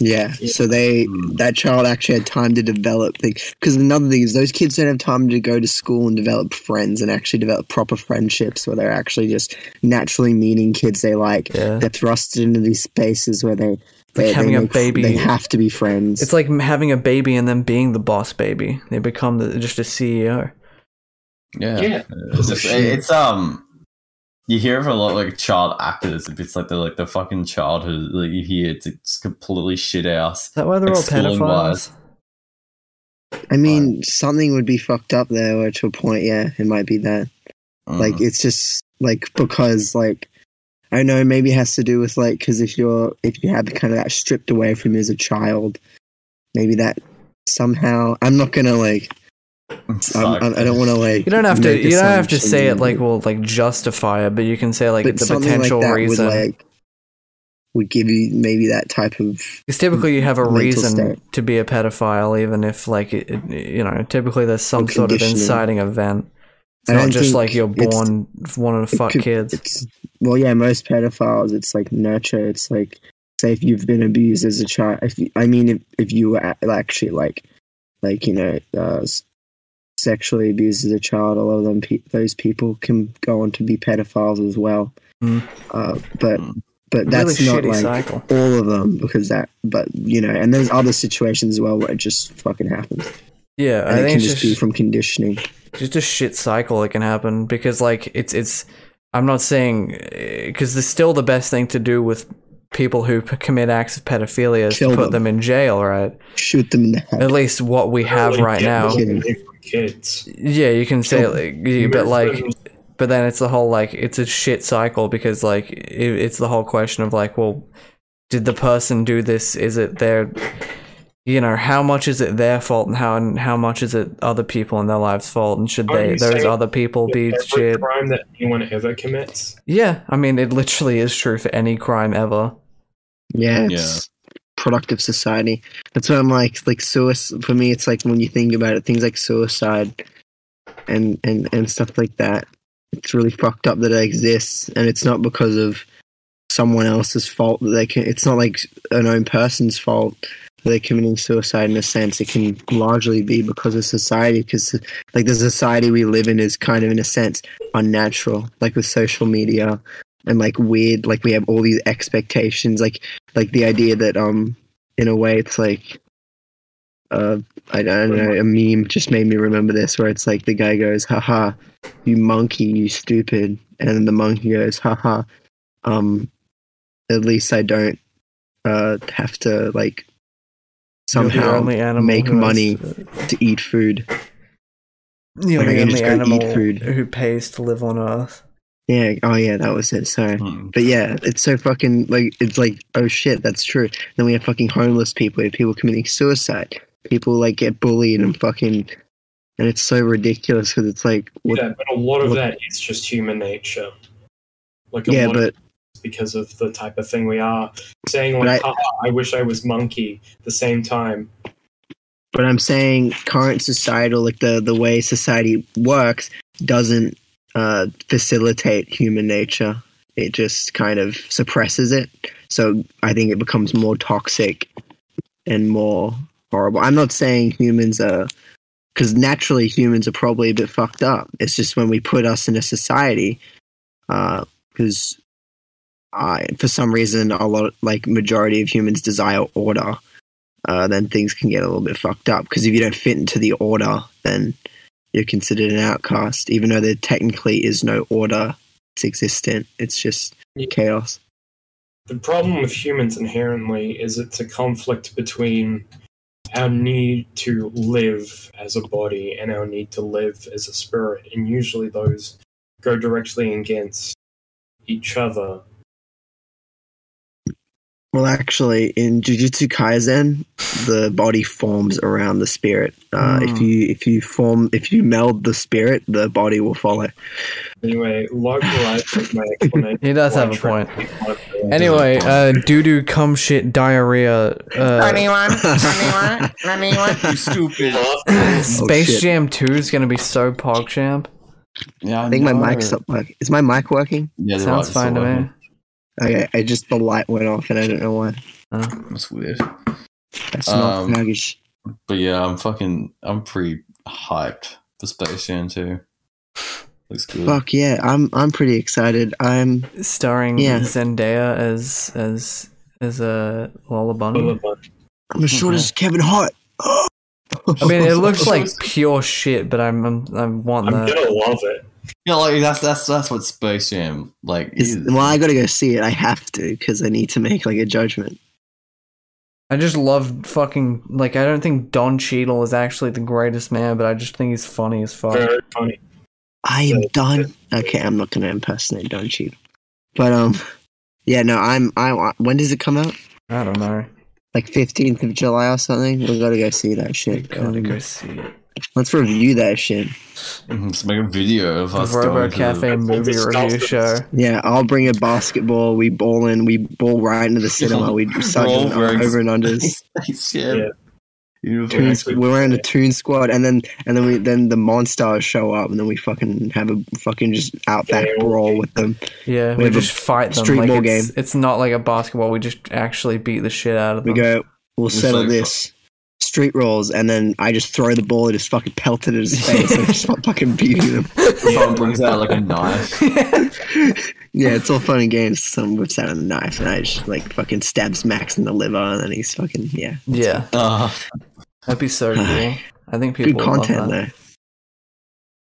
S3: Yeah,
S5: Yeah.
S3: so they
S1: Hmm.
S3: that child actually had time to develop things. Because another thing is, those kids don't have time to go to school and develop friends and actually develop proper friendships where they're actually just naturally meeting kids they like.
S1: Yeah.
S3: They're thrusted into these spaces where they they, they
S1: having a
S3: make-
S1: baby.
S3: They have to be friends.
S1: It's like having a baby and then being the boss baby. They become the, just a E CEO.
S2: Yeah.
S5: Yeah.
S2: It's, just- it's, um you hear of a lot like child actors. It's like the like the fucking childhood like you hear it's, it's completely shit ass.
S1: Is that why they're all
S2: Schooling
S1: pedophiles?
S2: wise.
S3: I mean, something would be fucked up there, or to a point, yeah, it might be that.
S2: Mm.
S3: Like, it's just like because like I don't know, maybe it has to do with like because if you're if you have kind of that stripped away from you as a child, maybe that somehow I'm not gonna like I'm,
S2: Suck.
S3: um, I, I
S2: (laughs)
S3: don't want to like
S1: You don't have to.
S3: make
S1: You don't have to
S3: assumptions
S1: say it
S3: and-
S1: like well, like justify it, but you can say like
S3: but
S1: the
S3: something
S1: potential
S3: like that
S1: reason.
S3: would like would give you maybe that type of
S1: Because typically you have a
S3: mental
S1: reason
S3: state.
S1: to be a pedophile, even if like it, it- you know, typically there's some
S3: Or
S1: sort of
S3: conditioning.
S1: inciting event. It's
S3: I
S1: not
S3: don't
S1: just
S3: think
S1: like you're
S3: it's-
S1: born wanting to
S3: it
S1: fuck
S3: could-
S1: kids.
S3: It's well, yeah. Most pedophiles, it's like nurture. It's like say if you've been abused as a child. If you, I mean, if if you were a- actually like, like you know, uh, s- sexually abused as a child, a lot of them pe- those people can go on to be pedophiles as well.
S1: Mm.
S3: Uh, but
S1: Hmm.
S2: Mm.
S3: but that's
S1: really
S3: not
S1: shitty
S3: like
S1: cycle.
S3: all of them because that. But you know, and there's other situations as well where it just fucking happens.
S1: Yeah, I
S3: And it
S1: think
S3: can
S1: it's
S3: just,
S1: just
S3: be from conditioning.
S1: just a shit cycle that can happen because like it's it's i'm not saying because it's still the best thing to do with people who p- commit acts of pedophilia is to
S3: Kill
S1: put them.
S3: them.
S1: in jail right
S3: Shoot them in the head.
S1: at least what we have
S5: Really
S1: right
S5: get
S1: now
S5: what they do for Kids.
S1: yeah you can say
S3: Kill
S1: like you- but
S5: Most
S1: like
S5: prisoners
S1: but then it's the whole like it's a shit cycle because like it, it's the whole question of like well did the person do this is it their you know how much is it their fault and how and how much is it other people in their lives fault and should
S5: Are
S1: they
S5: you
S1: those
S5: saying
S1: other people
S5: that
S1: be
S5: every
S1: shit
S5: crime that anyone ever commits.
S1: yeah i mean it literally is true for any crime ever
S3: Yeah,
S2: Yeah.
S3: it's productive society. That's what I'm like. Like suicide for me, it's like when you think about it, things like suicide and and and stuff like that. It's really fucked up that it exists, and it's not because of someone else's fault that they can. It's not like a known person's fault that they're committing suicide. In a sense, it can largely be because of society. Because like the society we live in is kind of, in a sense, unnatural. Like with social media and like weird. Like we have all these expectations. Like like the idea that um in a way it's like uh I, I don't know a meme just made me remember this where it's like the guy goes haha you monkey you stupid and then the monkey goes haha um at least I don't uh have to like
S1: You're the
S3: somehow
S1: only animal
S3: make
S1: who has-
S3: money. to eat food
S1: you're
S3: Like, I
S1: the
S3: can
S1: only
S3: just go eat
S1: animal
S3: food.
S1: who pays to live on earth
S3: yeah oh yeah that was it sorry
S2: Mm.
S3: But yeah, it's so fucking like it's like oh shit, that's true. Then we have fucking homeless people, we have people committing suicide, people like get bullied and fucking, and it's so ridiculous because it's like what,
S5: yeah, but a lot of
S3: what-
S5: that is just human nature. Like a
S3: yeah,
S5: lot of
S3: but
S5: it's because of the type of thing we are saying. Like,
S3: Right.
S5: "Haha, I wish I was monkey. At the same time,
S3: but I'm saying current societal like the the way society works doesn't uh, facilitate human nature. It just kind of suppresses it. So I think it becomes more toxic and more horrible. I'm not saying humans are because naturally humans are probably a bit fucked up. It's just when we put us in a society because. I, for some reason, a lot like majority of humans desire order, uh, then things can get a little bit fucked up. Because if you don't fit into the order, then you're considered an outcast, even though there technically is no order. It's existent. It's just
S5: Yeah.
S3: chaos.
S5: the problem with humans inherently is it's a conflict between our need to live as a body and our need to live as a spirit, and usually those go directly against each other.
S3: Well, actually, in Jujutsu Kaisen, the body forms around the spirit. Uh, If
S1: Mm.
S3: you if you form if you meld the spirit, the body will follow.
S5: Anyway, localized
S1: (laughs)
S5: with my explanation.
S1: he does have a
S5: Why
S1: point
S5: try-
S1: anyway (laughs) uh doo doo cum shit diarrhea
S4: (laughs)
S1: (laughs) uh
S4: Anyone? Anyone? Anyone?
S2: You stupid.
S1: Space
S3: shit.
S1: Jam 2 is going to be so PogChamp.
S2: yeah,
S3: I think my
S2: know.
S3: mic's up. Work. Is my mic working?
S2: Yeah, the
S1: Sounds
S2: light's
S1: fine
S2: still
S1: to me.
S2: working.
S3: Okay, I just the light went off and I don't know why.
S1: Uh,
S2: That's weird.
S3: That's not
S2: Um,
S3: baggage.
S2: But yeah, I'm fucking. I'm pretty hyped for Space Jam 2. Looks good.
S3: Fuck yeah, I'm I'm pretty excited. I'm
S1: starring
S3: Yeah.
S1: Zendaya as as as a Lola Bunny.
S5: Lollapalooza.
S3: I'm as short as Kevin Hart.
S1: I mean, it
S3: (laughs)
S1: looks like pure shit, but I'm, I'm I want
S5: I'm
S1: that.
S5: gonna love it.
S2: Yeah, like that's that's that's what Space Jam like
S3: Is-
S2: is.
S3: well,
S2: (laughs)
S3: I gotta go see it. I have to because I need to make like a judgment.
S1: I just love fucking like I don't think Don Cheadle is actually the greatest man, but I just think he's funny as fuck.
S5: Very funny.
S3: I am done. Okay, I'm not gonna impersonate Don Cheadle, but um, yeah, no, I'm I. When does it come out?
S1: I don't know.
S3: Like 15th of July or something. We gotta go see that shit.
S1: Gotta
S3: Um,
S1: go see it.
S3: Let's review that shit.
S2: Let's make a video of
S1: The
S2: us going
S1: Robo
S2: to
S1: Cafe
S5: That's all
S1: movie
S5: disgusting.
S1: review show.
S3: Yeah, I'll bring a basketball. We ball in. We ball
S1: (laughs)
S3: right into the cinema. We start
S2: We're all
S3: doing
S2: wearing-
S3: over and unders.
S2: (laughs) Space Jam.
S5: Yeah.
S2: Uniform.
S3: Toon,
S5: actually-
S3: we're in a Toon Squad, and then and then we then the monsters show up, and then we fucking have a fucking just outback
S5: Yeah.
S3: brawl with them.
S1: Yeah,
S3: We
S1: we,
S3: have a
S1: just fight them.
S3: street
S1: like,
S3: ball
S1: it's,
S3: game.
S1: It's not like a basketball. We just actually beat the shit out of
S3: We
S1: them.
S3: go, we'll
S2: It's
S3: settle
S2: like-
S3: this. Street rolls, and then I just throw the ball and just fucking pelted it in his face, and just fucking beating him.
S2: Someone brings out like a
S3: (laughs)
S2: knife.
S3: yeah, it's all fun and games. Someone whips out a knife, and I just like fucking stabs Max in the liver, and then he's fucking yeah.
S1: (laughs) yeah,
S2: Uh,
S1: that'd be
S3: (sighs)
S1: so cool. I think people
S3: Good
S1: would love
S3: content
S1: that.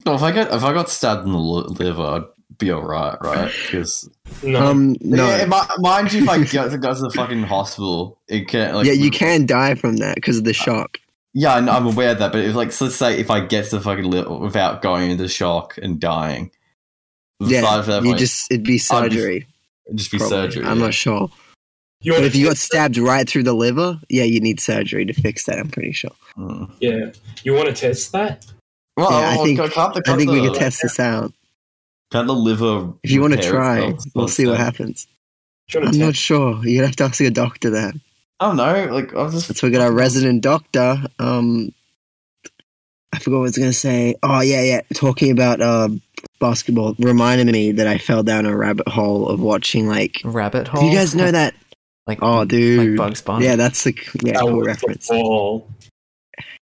S3: though.
S2: no, if I got if I got stabbed in the li- liver, I'd be alright, right? Because
S5: No,
S3: Um, no,
S2: yeah, mi- mind you, if I get to go to the fucking hospital, it can't. Like,
S3: yeah, you can die from that because of the shock.
S2: Yeah, and I'm aware of that, but if like, so let's say if I get to the fucking liver without going into shock and dying, the side
S3: Yeah,
S2: of that
S3: you
S2: might just,
S3: just it'd
S2: I'd
S3: be
S2: be-
S3: surgery.
S2: be
S3: probably.
S2: surgery.
S3: I'm
S2: yeah.
S3: not sure.
S5: you
S3: But
S5: wanna
S3: if you
S1: (laughs)
S3: got
S5: fix
S3: stabbed right through the liver, yeah, you need surgery to fix that. I'm pretty sure.
S2: Mm.
S5: that? Yeah, you want to test that?
S2: Well,
S3: Yeah, I
S2: well,
S3: think-
S2: can't the-
S3: I
S2: can't
S3: think we
S2: the-
S1: Oh.
S3: could test this out.
S2: Can the liver?
S3: If you want to
S2: repair
S3: try,
S2: itself?
S3: we'll see what
S2: Yeah.
S3: happens.
S5: Do you wanna
S3: I'm not
S5: test-
S3: sure. You'd have to ask your doctor that.
S2: I don't know. Like I was just
S3: That's
S2: (laughs)
S3: we got our resident doctor. Um, I forgot what I was gonna say. Oh yeah, yeah. Talking about uh basketball reminded me that I fell down a rabbit hole of watching like.
S1: Rabbit hole.
S3: Do you guys know that?
S1: Like,
S3: Oh,
S1: like
S3: dude.
S1: Bugs Bunny.
S3: Yeah, that's the yeah
S5: That
S3: cool
S5: was the
S3: reference.
S5: ball.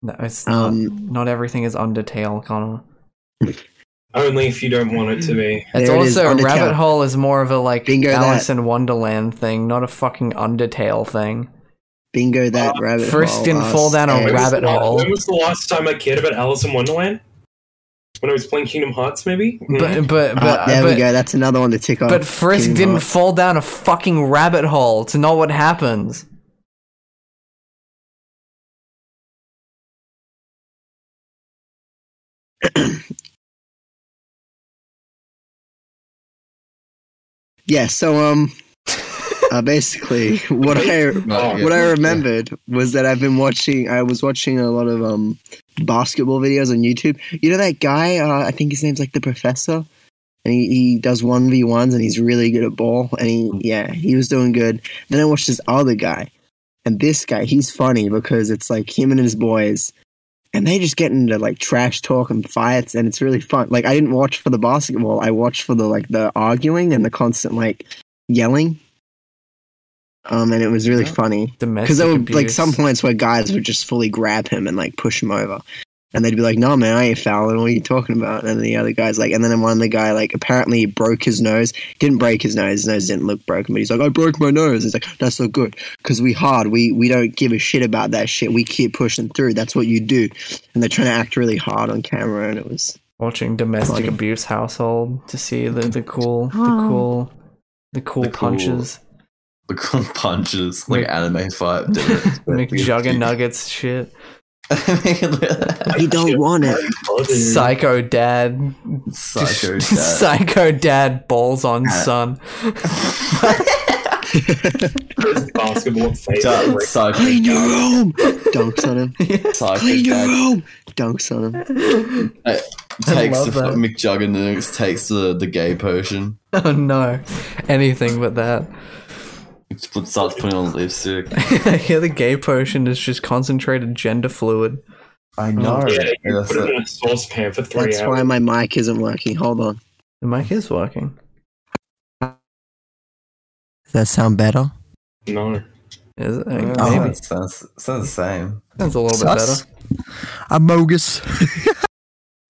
S1: No, it's
S3: Um,
S1: not, not everything is Undertale, Connor.
S5: Only if you don't want it to be.
S1: It's
S3: There it is,
S1: also
S3: Undertale.
S1: Rabbit Hole is more of a like
S3: Bingo
S1: Alice
S3: that.
S1: in Wonderland thing, not a fucking Undertale thing.
S3: Bingo that
S5: Uh,
S3: rabbit
S1: first
S3: hole.
S1: didn't
S3: uh,
S1: fall down a
S3: stairs.
S5: When was
S1: rabbit
S5: the last-
S1: hole.
S5: When was the last time I cared about Alice in Wonderland? When I was playing Kingdom Hearts, maybe. Mm.
S1: But but but
S3: Ah, there
S1: but,
S3: we go. That's another one to tick off.
S1: but Frisk
S3: Kingdom
S1: didn't
S3: Hearts.
S1: fall down a fucking rabbit hole. It's not what happens.
S3: yeah. So um, uh, basically, (laughs) what I
S2: Oh, yeah.
S3: what I remembered was that I've been watching. I was watching a lot of um basketball videos on YouTube. You know that guy? Uh, I think his name's like the professor, and he, he does one v ones, and he's really good at ball. And he yeah, he was doing good. Then I watched this other guy, and this guy he's funny because it's like him and his boys. And they just get into like trash talk and fights, and it's really fun. Like I didn't watch for the basketball; I watched for the like the arguing and the constant like yelling. Um, and it was really
S1: Yeah.
S3: funny
S1: Domestic
S3: because there were
S1: abuse.
S3: like some points where guys would just fully grab him and like push him over, and they'd be like, "No, man, I ain't fouling. What are you talking about?" And the other guys like, and then one of the guy like apparently broke his nose. Didn't break his nose. His nose didn't look broken, but he's like, "I broke my nose." He's like, "That's not good because we hard. We we don't give a shit about that shit. We keep pushing through. That's what you do." And they're trying to act really hard on camera, and it was
S1: watching domestic
S3: Like-
S1: abuse household to see the, the cool the
S3: Oh.
S1: cool the cool
S2: The cool-
S1: punches.
S2: (laughs) the cool punches like anime fight. did
S3: (laughs)
S2: it.
S1: McJugger nuggets shit.
S3: you don't want it.
S5: Oh,
S1: Psycho dad.
S2: (laughs) Psycho
S1: Just-
S3: (laughs)
S2: dad.
S1: (laughs) Psycho dad balls on son. (laughs)
S5: basketball
S2: Da-
S5: favorite.
S2: Psycho
S3: Clean your
S2: dad.
S3: room. Dunks
S5: (laughs)
S3: on him.
S2: Psycho
S3: Clean your
S2: dad
S3: room. Dunks on him.
S2: takes
S1: love
S2: the
S1: that.
S2: McJuggernugs takes the the gay potion.
S1: Oh no. Anything but that. (laughs)
S2: Put- Starts putting on lipstick.
S1: I hear the gay potion is just concentrated gender fluid.
S2: I know.
S5: Yeah, you
S2: That's
S5: put it
S2: it.
S5: in a saucepan for three
S3: That's why
S5: hours.
S3: my mic isn't working. Hold on.
S1: The mic is working.
S6: Does that sound better?
S5: No.
S1: Is it? Like,
S6: Oh.
S1: Maybe.
S2: sounds, sounds the same.
S1: Sounds a little bit
S6: Sus.
S1: better.
S6: I'm bogus. (laughs)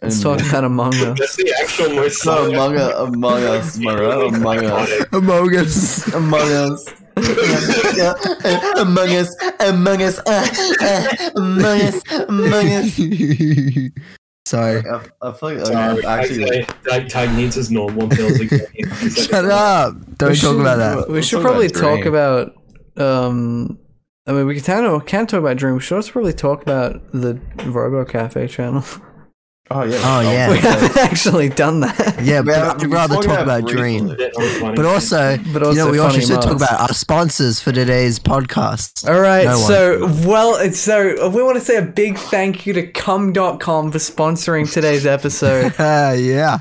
S1: Let's talk about Among Us.
S5: That's the actual most.
S2: so among, us, among us, Mara, among us.
S6: I'm bogus.
S2: Among Us. Yeah, yeah, among Us, Among Us, uh, uh, Among Us, Among Us.
S6: (laughs) Sorry.
S2: I, I feel like
S5: Sorry,
S2: I'm actually.
S5: actually, Tag, Tag needs his normal pills again. He's like,
S6: Shut up. Don't
S1: We
S6: talk
S1: should-
S6: about that.
S1: We
S2: Let's
S1: should
S2: talk
S1: probably
S2: about
S1: talk
S2: Dream.
S1: about. Um, I mean, we can can talk about Dream. We should also probably talk about the Robo Cafe channel. (laughs)
S2: Oh yeah.
S6: Oh, yeah.
S1: we haven't actually done that.
S6: Yeah,
S2: We
S6: but
S2: have-
S6: I'd
S2: we
S6: rather
S2: talked
S6: talk
S2: about
S6: about
S2: it
S6: Dream.
S2: briefly.
S5: "That was funny."
S6: But also,
S1: But also,
S6: you know, we also
S1: funny
S6: should talk
S1: moments.
S6: about our sponsors for today's podcast.
S1: All right,
S6: No one.
S1: so well, it's so we want to say a big thank you to cum.com for sponsoring today's
S6: (laughs)
S1: episode.
S6: yeah.
S2: Mm,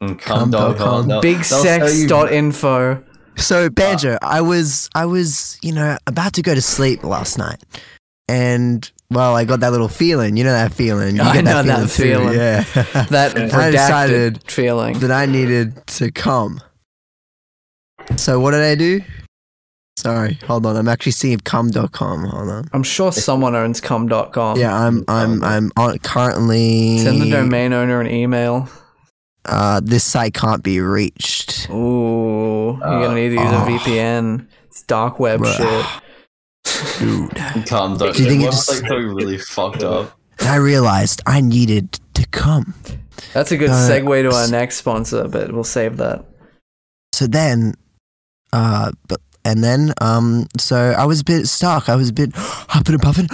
S6: Come,
S2: Come, dog,
S6: dog,
S2: come,
S6: come.
S2: dog. That's how you-
S1: Bigsex.info.
S6: So Banjo, I was I was, you know, about to go to sleep last night. And well, I got that little feeling, you know that feeling. You
S1: I
S6: get
S1: know that feeling.
S6: too, Yeah. (laughs)
S1: That
S5: I
S1: redacted
S6: decided
S1: feeling.
S6: that I needed to come. So what did I do? Sorry, hold on. I'm actually seeing cum.com. Hold on.
S1: I'm sure someone owns cum.com.
S6: Yeah, I'm I'm I'm on currently
S1: Send the domain owner an email.
S6: Uh, this site can't be reached.
S1: Ooh, you're gonna need to use
S6: Uh,
S1: a VPN. It's dark web
S6: bruh.
S1: shit.
S6: Dude.
S2: Come, dog.
S6: Do you think it
S2: What's,
S6: just-
S2: like something really fucked up?
S6: I realized I needed to come.
S1: That's a good
S6: Uh,
S1: segue to our
S6: s-
S1: next sponsor, but we'll save that.
S6: so then uh but and then um so i was a bit stuck i was a bit (gasps) huffing and puffing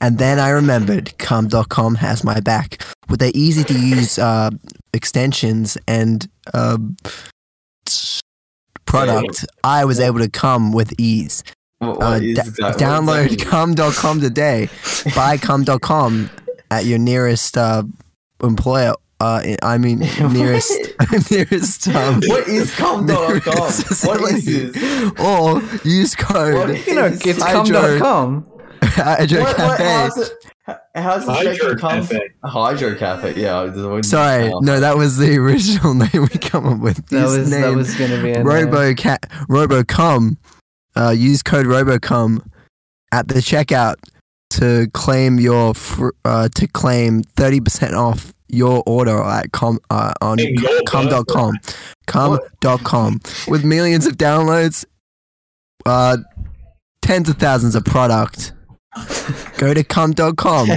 S6: and then i remembered com.com has my back with their easy to use uh extensions and um t- product i was able to come with ease
S2: What,
S6: uh,
S2: what is
S6: da-
S2: that? (laughs)
S6: download com.com today buy com.com at your nearest uh employer uh
S2: (laughs)
S6: i mean nearest (laughs) nearest um,
S2: What is come, dog, come? What is this?
S6: or use
S2: What
S6: code
S2: is
S1: You know,
S2: this?
S1: it's
S6: I
S1: cum.com.
S6: (laughs) Hydro
S2: What- what-
S6: Cafe.
S2: how's it- h- How's the
S5: Hydro
S2: section come?
S5: Cafe.
S2: Hydro Cafe. Yeah. I don't know.
S6: Sorry, (laughs)
S2: Oh.
S6: no, that was the original name we come up with.
S1: That
S6: His
S1: was
S6: name,
S1: that was gonna be a name.
S6: RoboCat, RoboCom. Uh, use code RoboCom at the checkout to claim your fr- uh, to claim thirty percent off your order at com uh, on
S5: Claim your
S6: com.com com.com with millions of downloads, uh, tens of thousands of product. Go to
S2: (laughs)
S6: com.com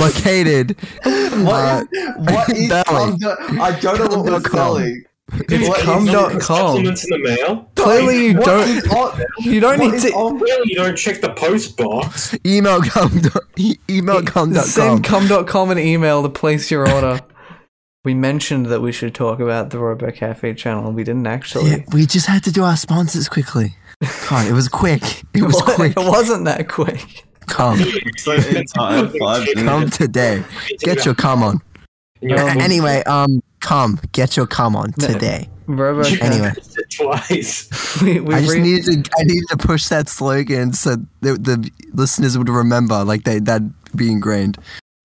S6: located. uh,
S2: What, what is
S6: Belly.
S2: cum? dog? I don't know what we're
S6: Cum.
S2: selling.
S1: It's
S2: What is-
S1: cum.com.
S5: Supplements in the mail.
S1: Clearly you
S2: What
S1: don't
S2: is on-
S1: you don't
S2: what
S1: need
S2: is
S1: to
S2: on-
S5: Oh, Really, you don't check the post box.
S6: email com dot- e- email com dot com.
S1: Send cum.com an email to place your order. we mentioned that we should talk about the Robo Cafe channel. We didn't actually.
S6: Yeah, we just had to do our sponsors quickly. God, it was quick.
S1: (laughs)
S6: It was quick.
S1: It wasn't that quick.
S6: Come,
S2: So entire five
S6: come
S2: minutes.
S6: today. Get your come on.
S5: And you're
S6: A-
S5: like,
S6: (laughs) Anyway, um, come get your come on today.
S1: Robo
S6: Anyway,
S5: twice.
S1: we, we
S6: I just
S1: re-
S6: needed to I needed to push that slogan so the, the listeners would remember, like they that be ingrained.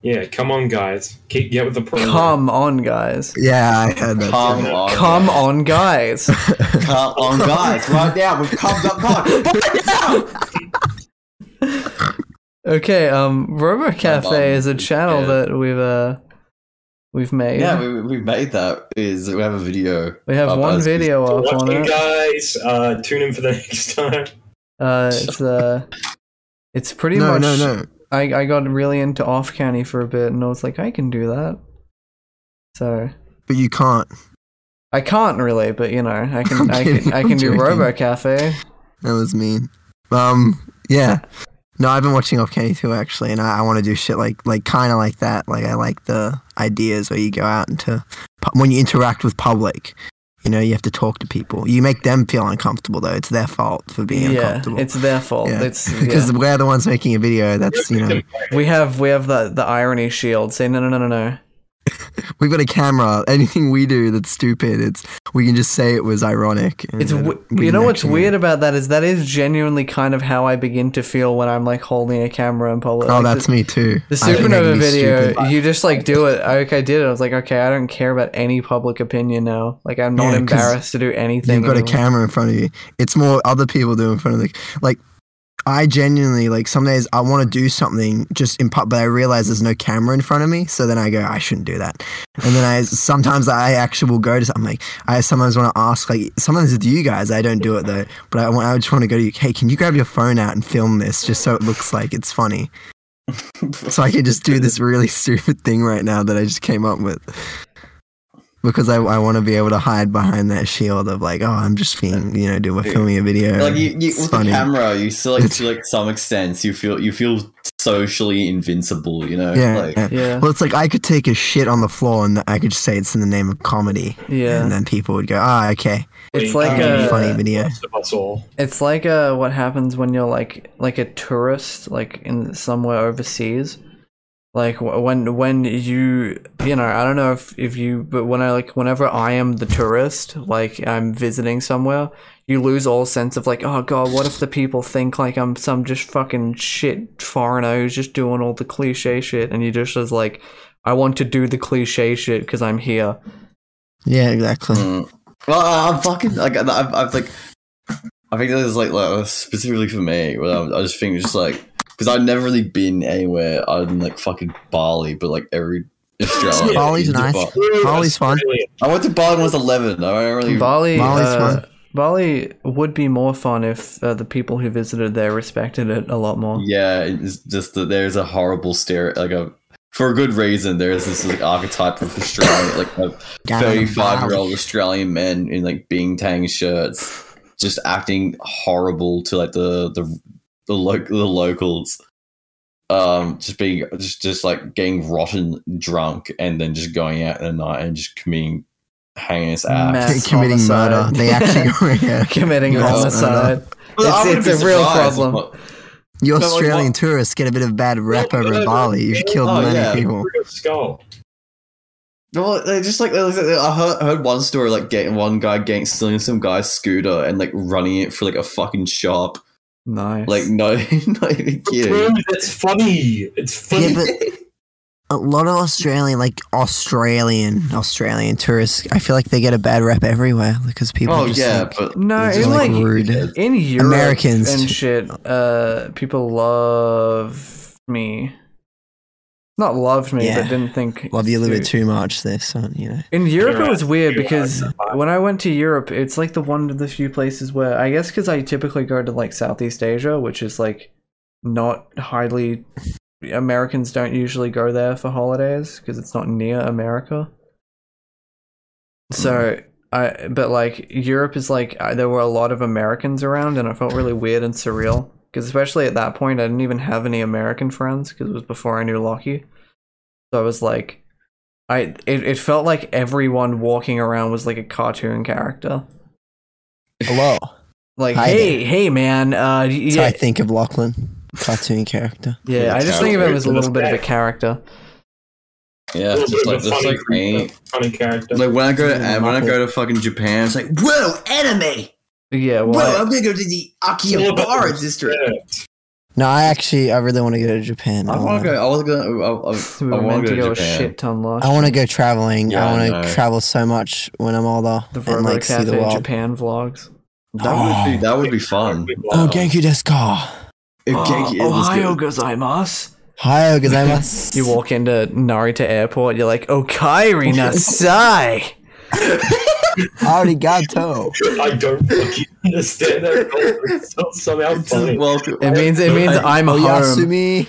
S5: Yeah, come on, guys. Keep get with the program.
S1: come on, guys.
S6: Yeah, I had that.
S2: Come on.
S1: Come on, guys.
S2: Come on, guys. Right now. We've come up
S1: okay, um, Robo Cafe is a channel
S2: Yeah.
S1: that we've uh we've made.
S2: Yeah,
S1: we,
S2: we, we made that. Is we have a video.
S1: have
S2: up
S1: one
S2: as-
S1: video
S5: For
S1: up on
S5: watching,
S1: it.
S5: guys. Uh, tune in for the (laughs) next time.
S1: Uh, it's uh, it's pretty
S6: No,
S1: much.
S6: no, no.
S1: I, I got really into off county for a bit and I was like, I can do that. So
S6: But you can't.
S1: I can't really, but you know, I
S6: (laughs) I'm
S1: can I can
S6: kidding,
S1: I
S6: I'm
S1: can do
S6: joking.
S1: Robo Cafe.
S6: That was mean. Um, yeah. No, I've been watching Off Kenny too actually, and I, I want to do shit like like kind of like that. Like I like the ideas where you go out into pu- when you interact with public. You know, you have to talk to people. You make them feel uncomfortable though. It's their fault for being
S1: Yeah,
S6: uncomfortable.
S1: it's their fault.
S6: Yeah, (laughs)
S1: It's
S6: because
S1: yeah.
S6: we're the ones making a video. That's you know
S1: we have we have the the irony shield. Say no no no no no.
S6: We've got a camera. Anything we do that's stupid, it's we can just say it was ironic. and
S1: It's
S6: then
S1: w-
S6: Mm, we
S1: you
S6: can
S1: know what's
S6: actually-
S1: weird about that is that is genuinely kind of how I begin to feel when I'm like holding a camera in public.
S6: Oh,
S1: Like,
S6: that's
S1: the,
S6: me too.
S1: the
S6: I think I can
S1: supernova
S6: be
S1: video.
S6: stupid.
S1: You just like do it. I, like I did it. I was like, okay, I don't care about any public opinion now. Like I'm not
S6: Yeah, 'cause
S1: embarrassed to do anything.
S6: You've got a
S1: anymore.
S6: camera in front of you. It's more other people do in front of the like. I genuinely like some days I want to do something just in pub, but I realize there's no camera in front of me. So then I go, I shouldn't do that. And then I sometimes I actually will go to something like I sometimes want to ask like sometimes with you guys I don't do it though, but I want I just want to go to you. Hey, can you grab your phone out and film this just so it looks like it's funny? So I can just do this really (laughs) stupid thing right now that I just came up with because I, I want to be able to hide behind that shield of like, oh, I'm just being, you know, do we're filming a video.
S2: like you, you
S6: It's
S2: with the camera, you still like to like some extent you feel you feel socially invincible. You know,
S6: yeah,
S2: like
S6: yeah.
S1: Yeah,
S6: Well, it's like I could take a shit on the floor and I could just say it's in the name of comedy,
S1: yeah.
S6: and then people would go, ah, okay,
S1: It's like
S5: Um,
S1: a
S6: funny video.
S5: Most of us all.
S1: It's like uh, what happens when you're like like a tourist, like in somewhere overseas. Like wh- when when you you know I don't know if if you but when I like whenever I am the tourist, like I'm visiting somewhere, you lose all sense of like oh god, what if the people think like I'm some just fucking shit foreigner who's just doing all the cliche shit, and you just is like. I want to do the cliche shit because I'm here.
S6: Yeah, exactly.
S2: Mm. Well, I- I'm fucking like I- I've, I've like I think there's like like specifically for me, where I'm- I just think it's just like because I've never really been anywhere other than like fucking Bali, but like every Australia.
S6: Bali's nice.
S2: Ba-
S6: Bali's fun.
S5: Australia.
S2: I went to Bali when I was 11. I don't really.
S1: Bali,
S6: Bali's
S1: uh,
S6: fun.
S1: Bali would be more fun if uh, the people who visited there respected it a lot more.
S2: Yeah, it's just that there's a horrible stare like a. For a good reason, there's this like archetype of Australia, like a
S6: Down in Bali.
S2: thirty-five-year-old Australian men in like Bintang shirts, just acting horrible to like the the the, lo- the locals. Um, just being just just like getting rotten drunk and then just going out in the night and just committing heinous acts.
S6: (laughs)
S1: Mass
S6: committing
S1: homicide.
S6: murder. They
S1: (laughs)
S6: actually go,
S2: (laughs)
S6: yeah.
S1: committing
S6: Yeah.
S1: homicide.
S2: Well, I wouldn't
S1: it's a
S2: be
S1: real
S2: surprised if
S1: problem.
S2: what-
S6: You
S2: But, like,
S6: Australian
S2: what-
S6: tourists get a bit of bad rep
S5: No, no,
S6: over
S2: (laughs)
S5: no, no.
S6: Bali. You've killed
S2: Oh,
S6: many
S2: yeah.
S6: people.
S5: Through the skull.
S2: Well, they just like I heard, heard one story like getting one guy getting stealing some guy's scooter and like running it for like a fucking shop.
S1: Nice.
S2: Like no, (laughs) not even kidding.
S5: Prove It's funny. (laughs) It's funny.
S6: Yeah, but a lot of Australian, like Australian, Australian tourists, I feel like they get a bad rep everywhere because people.
S2: Oh
S6: just
S2: yeah,
S6: think
S2: but
S1: no,
S6: it's
S1: in
S6: just,
S1: Uh, like,
S6: like, rude.
S1: in Europe
S6: Americans
S1: and
S6: too.
S1: shit, uh, people love me. Not loved me,
S6: Yeah.
S1: but didn't think
S6: Love you a little bit
S1: Dude.
S6: too much. This, uh, you know.
S1: In Europe, it
S5: Europe.
S1: was weird
S5: Europe.
S1: because when I went to Europe, it's like the one of the few places where I guess because I typically go to like Southeast Asia, which is like not highly Americans don't usually go there for holidays because it's not near America. So I, but like Europe is like I, there were a lot of Americans around, and I felt really weird and surreal because especially at that point, I didn't even have any American friends because it was before I knew Lockie. So I was like, I it, it felt like everyone walking around was like a cartoon character.
S2: (laughs)
S6: Hello.
S1: Like,
S6: Hi
S1: hey, hey, man, uh, y-
S6: So I
S1: yeah,
S6: think of Lachlan, cartoon character.
S1: yeah. I just think of him as a little bit of a character.
S2: yeah,
S5: It's
S2: it's just like just like me.
S5: funny character.
S2: Like when I go to
S6: Yeah,
S2: when I
S6: Muppet.
S2: go to fucking Japan, it's like whoa anime.
S1: Yeah,
S2: Whoa,
S1: well,
S2: I'm gonna go to the Akihabara district.
S5: Yeah.
S6: No, I actually, I really want to go to Japan.
S2: I want to go. I was gonna. I,
S1: I, we
S2: I, I
S1: were
S2: want
S1: meant to
S2: to go
S1: go
S2: to
S1: Oh. a
S2: Japan.
S1: shit ton last.
S6: I want to go traveling.
S2: Yeah,
S6: I
S2: I
S6: want
S2: know.
S6: to travel so much when I'm older
S1: the
S6: and
S1: Robo
S6: like see the
S1: Cafe
S6: world.
S1: Japan vlogs.
S2: That would be that would be fun.
S6: Oh, Genku desu ka.
S2: If
S5: Oh.
S2: Genki- it was good.
S1: gozaimasu.
S6: Hi, gozaimasu.
S1: You walk into Narita Airport, you're like,
S6: (laughs)
S1: Okairi Nasai.
S6: Arigato.
S5: I don't fucking understand that. at all. It's so- somehow
S2: It's just
S5: funny.
S2: welcome.
S1: It means it means I'm
S6: Oh,
S1: home.
S6: Oyasumi.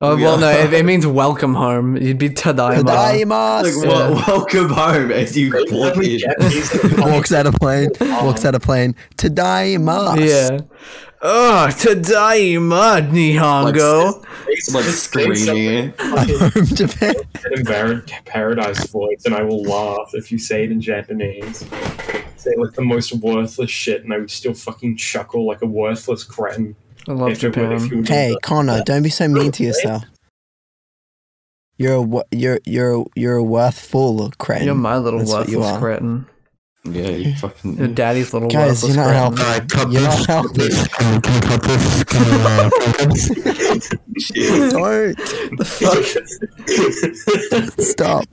S1: Oh well, no, it,
S6: (laughs)
S1: it means welcome home. You'd be tadaima.
S2: Like,
S6: Tadaimasu.
S2: wel- welcome home as you walk
S5: Every
S2: in.
S5: Japanese
S6: walks out of plane, walks out of plane. Today, Mars.
S1: Yeah. Oh, tadaima Nihongo.
S5: face
S2: Like
S5: just say something
S2: screaming.
S6: I'm (laughs)
S5: fucking
S6: home Japan.
S5: in Embar- Paradise voice, and I will laugh if you say it in Japanese. Say like the most worthless shit, and I would still fucking chuckle like a worthless cretin.
S1: I love
S5: if it were- if
S1: Japan.
S5: you were to do
S6: Hey,
S5: that.
S6: Connor, don't be so mean to yourself. You're a wo- you're you're you're a worthful cretin.
S1: You're my little
S6: That's what you
S1: worthless
S6: are.
S1: cretin.
S2: Yeah, you
S1: Your
S2: fucking.
S1: daddy's little
S6: Guys,
S1: worthless
S6: you're not
S1: cretin.
S6: helping.
S7: Alright, cut
S6: You're
S7: this.
S6: not
S7: Cut this.
S6: helping.
S7: Can, can you cut this? Can you, uh, cut this?
S6: Don't (laughs)
S1: the fuck?
S6: stop. (laughs) Stop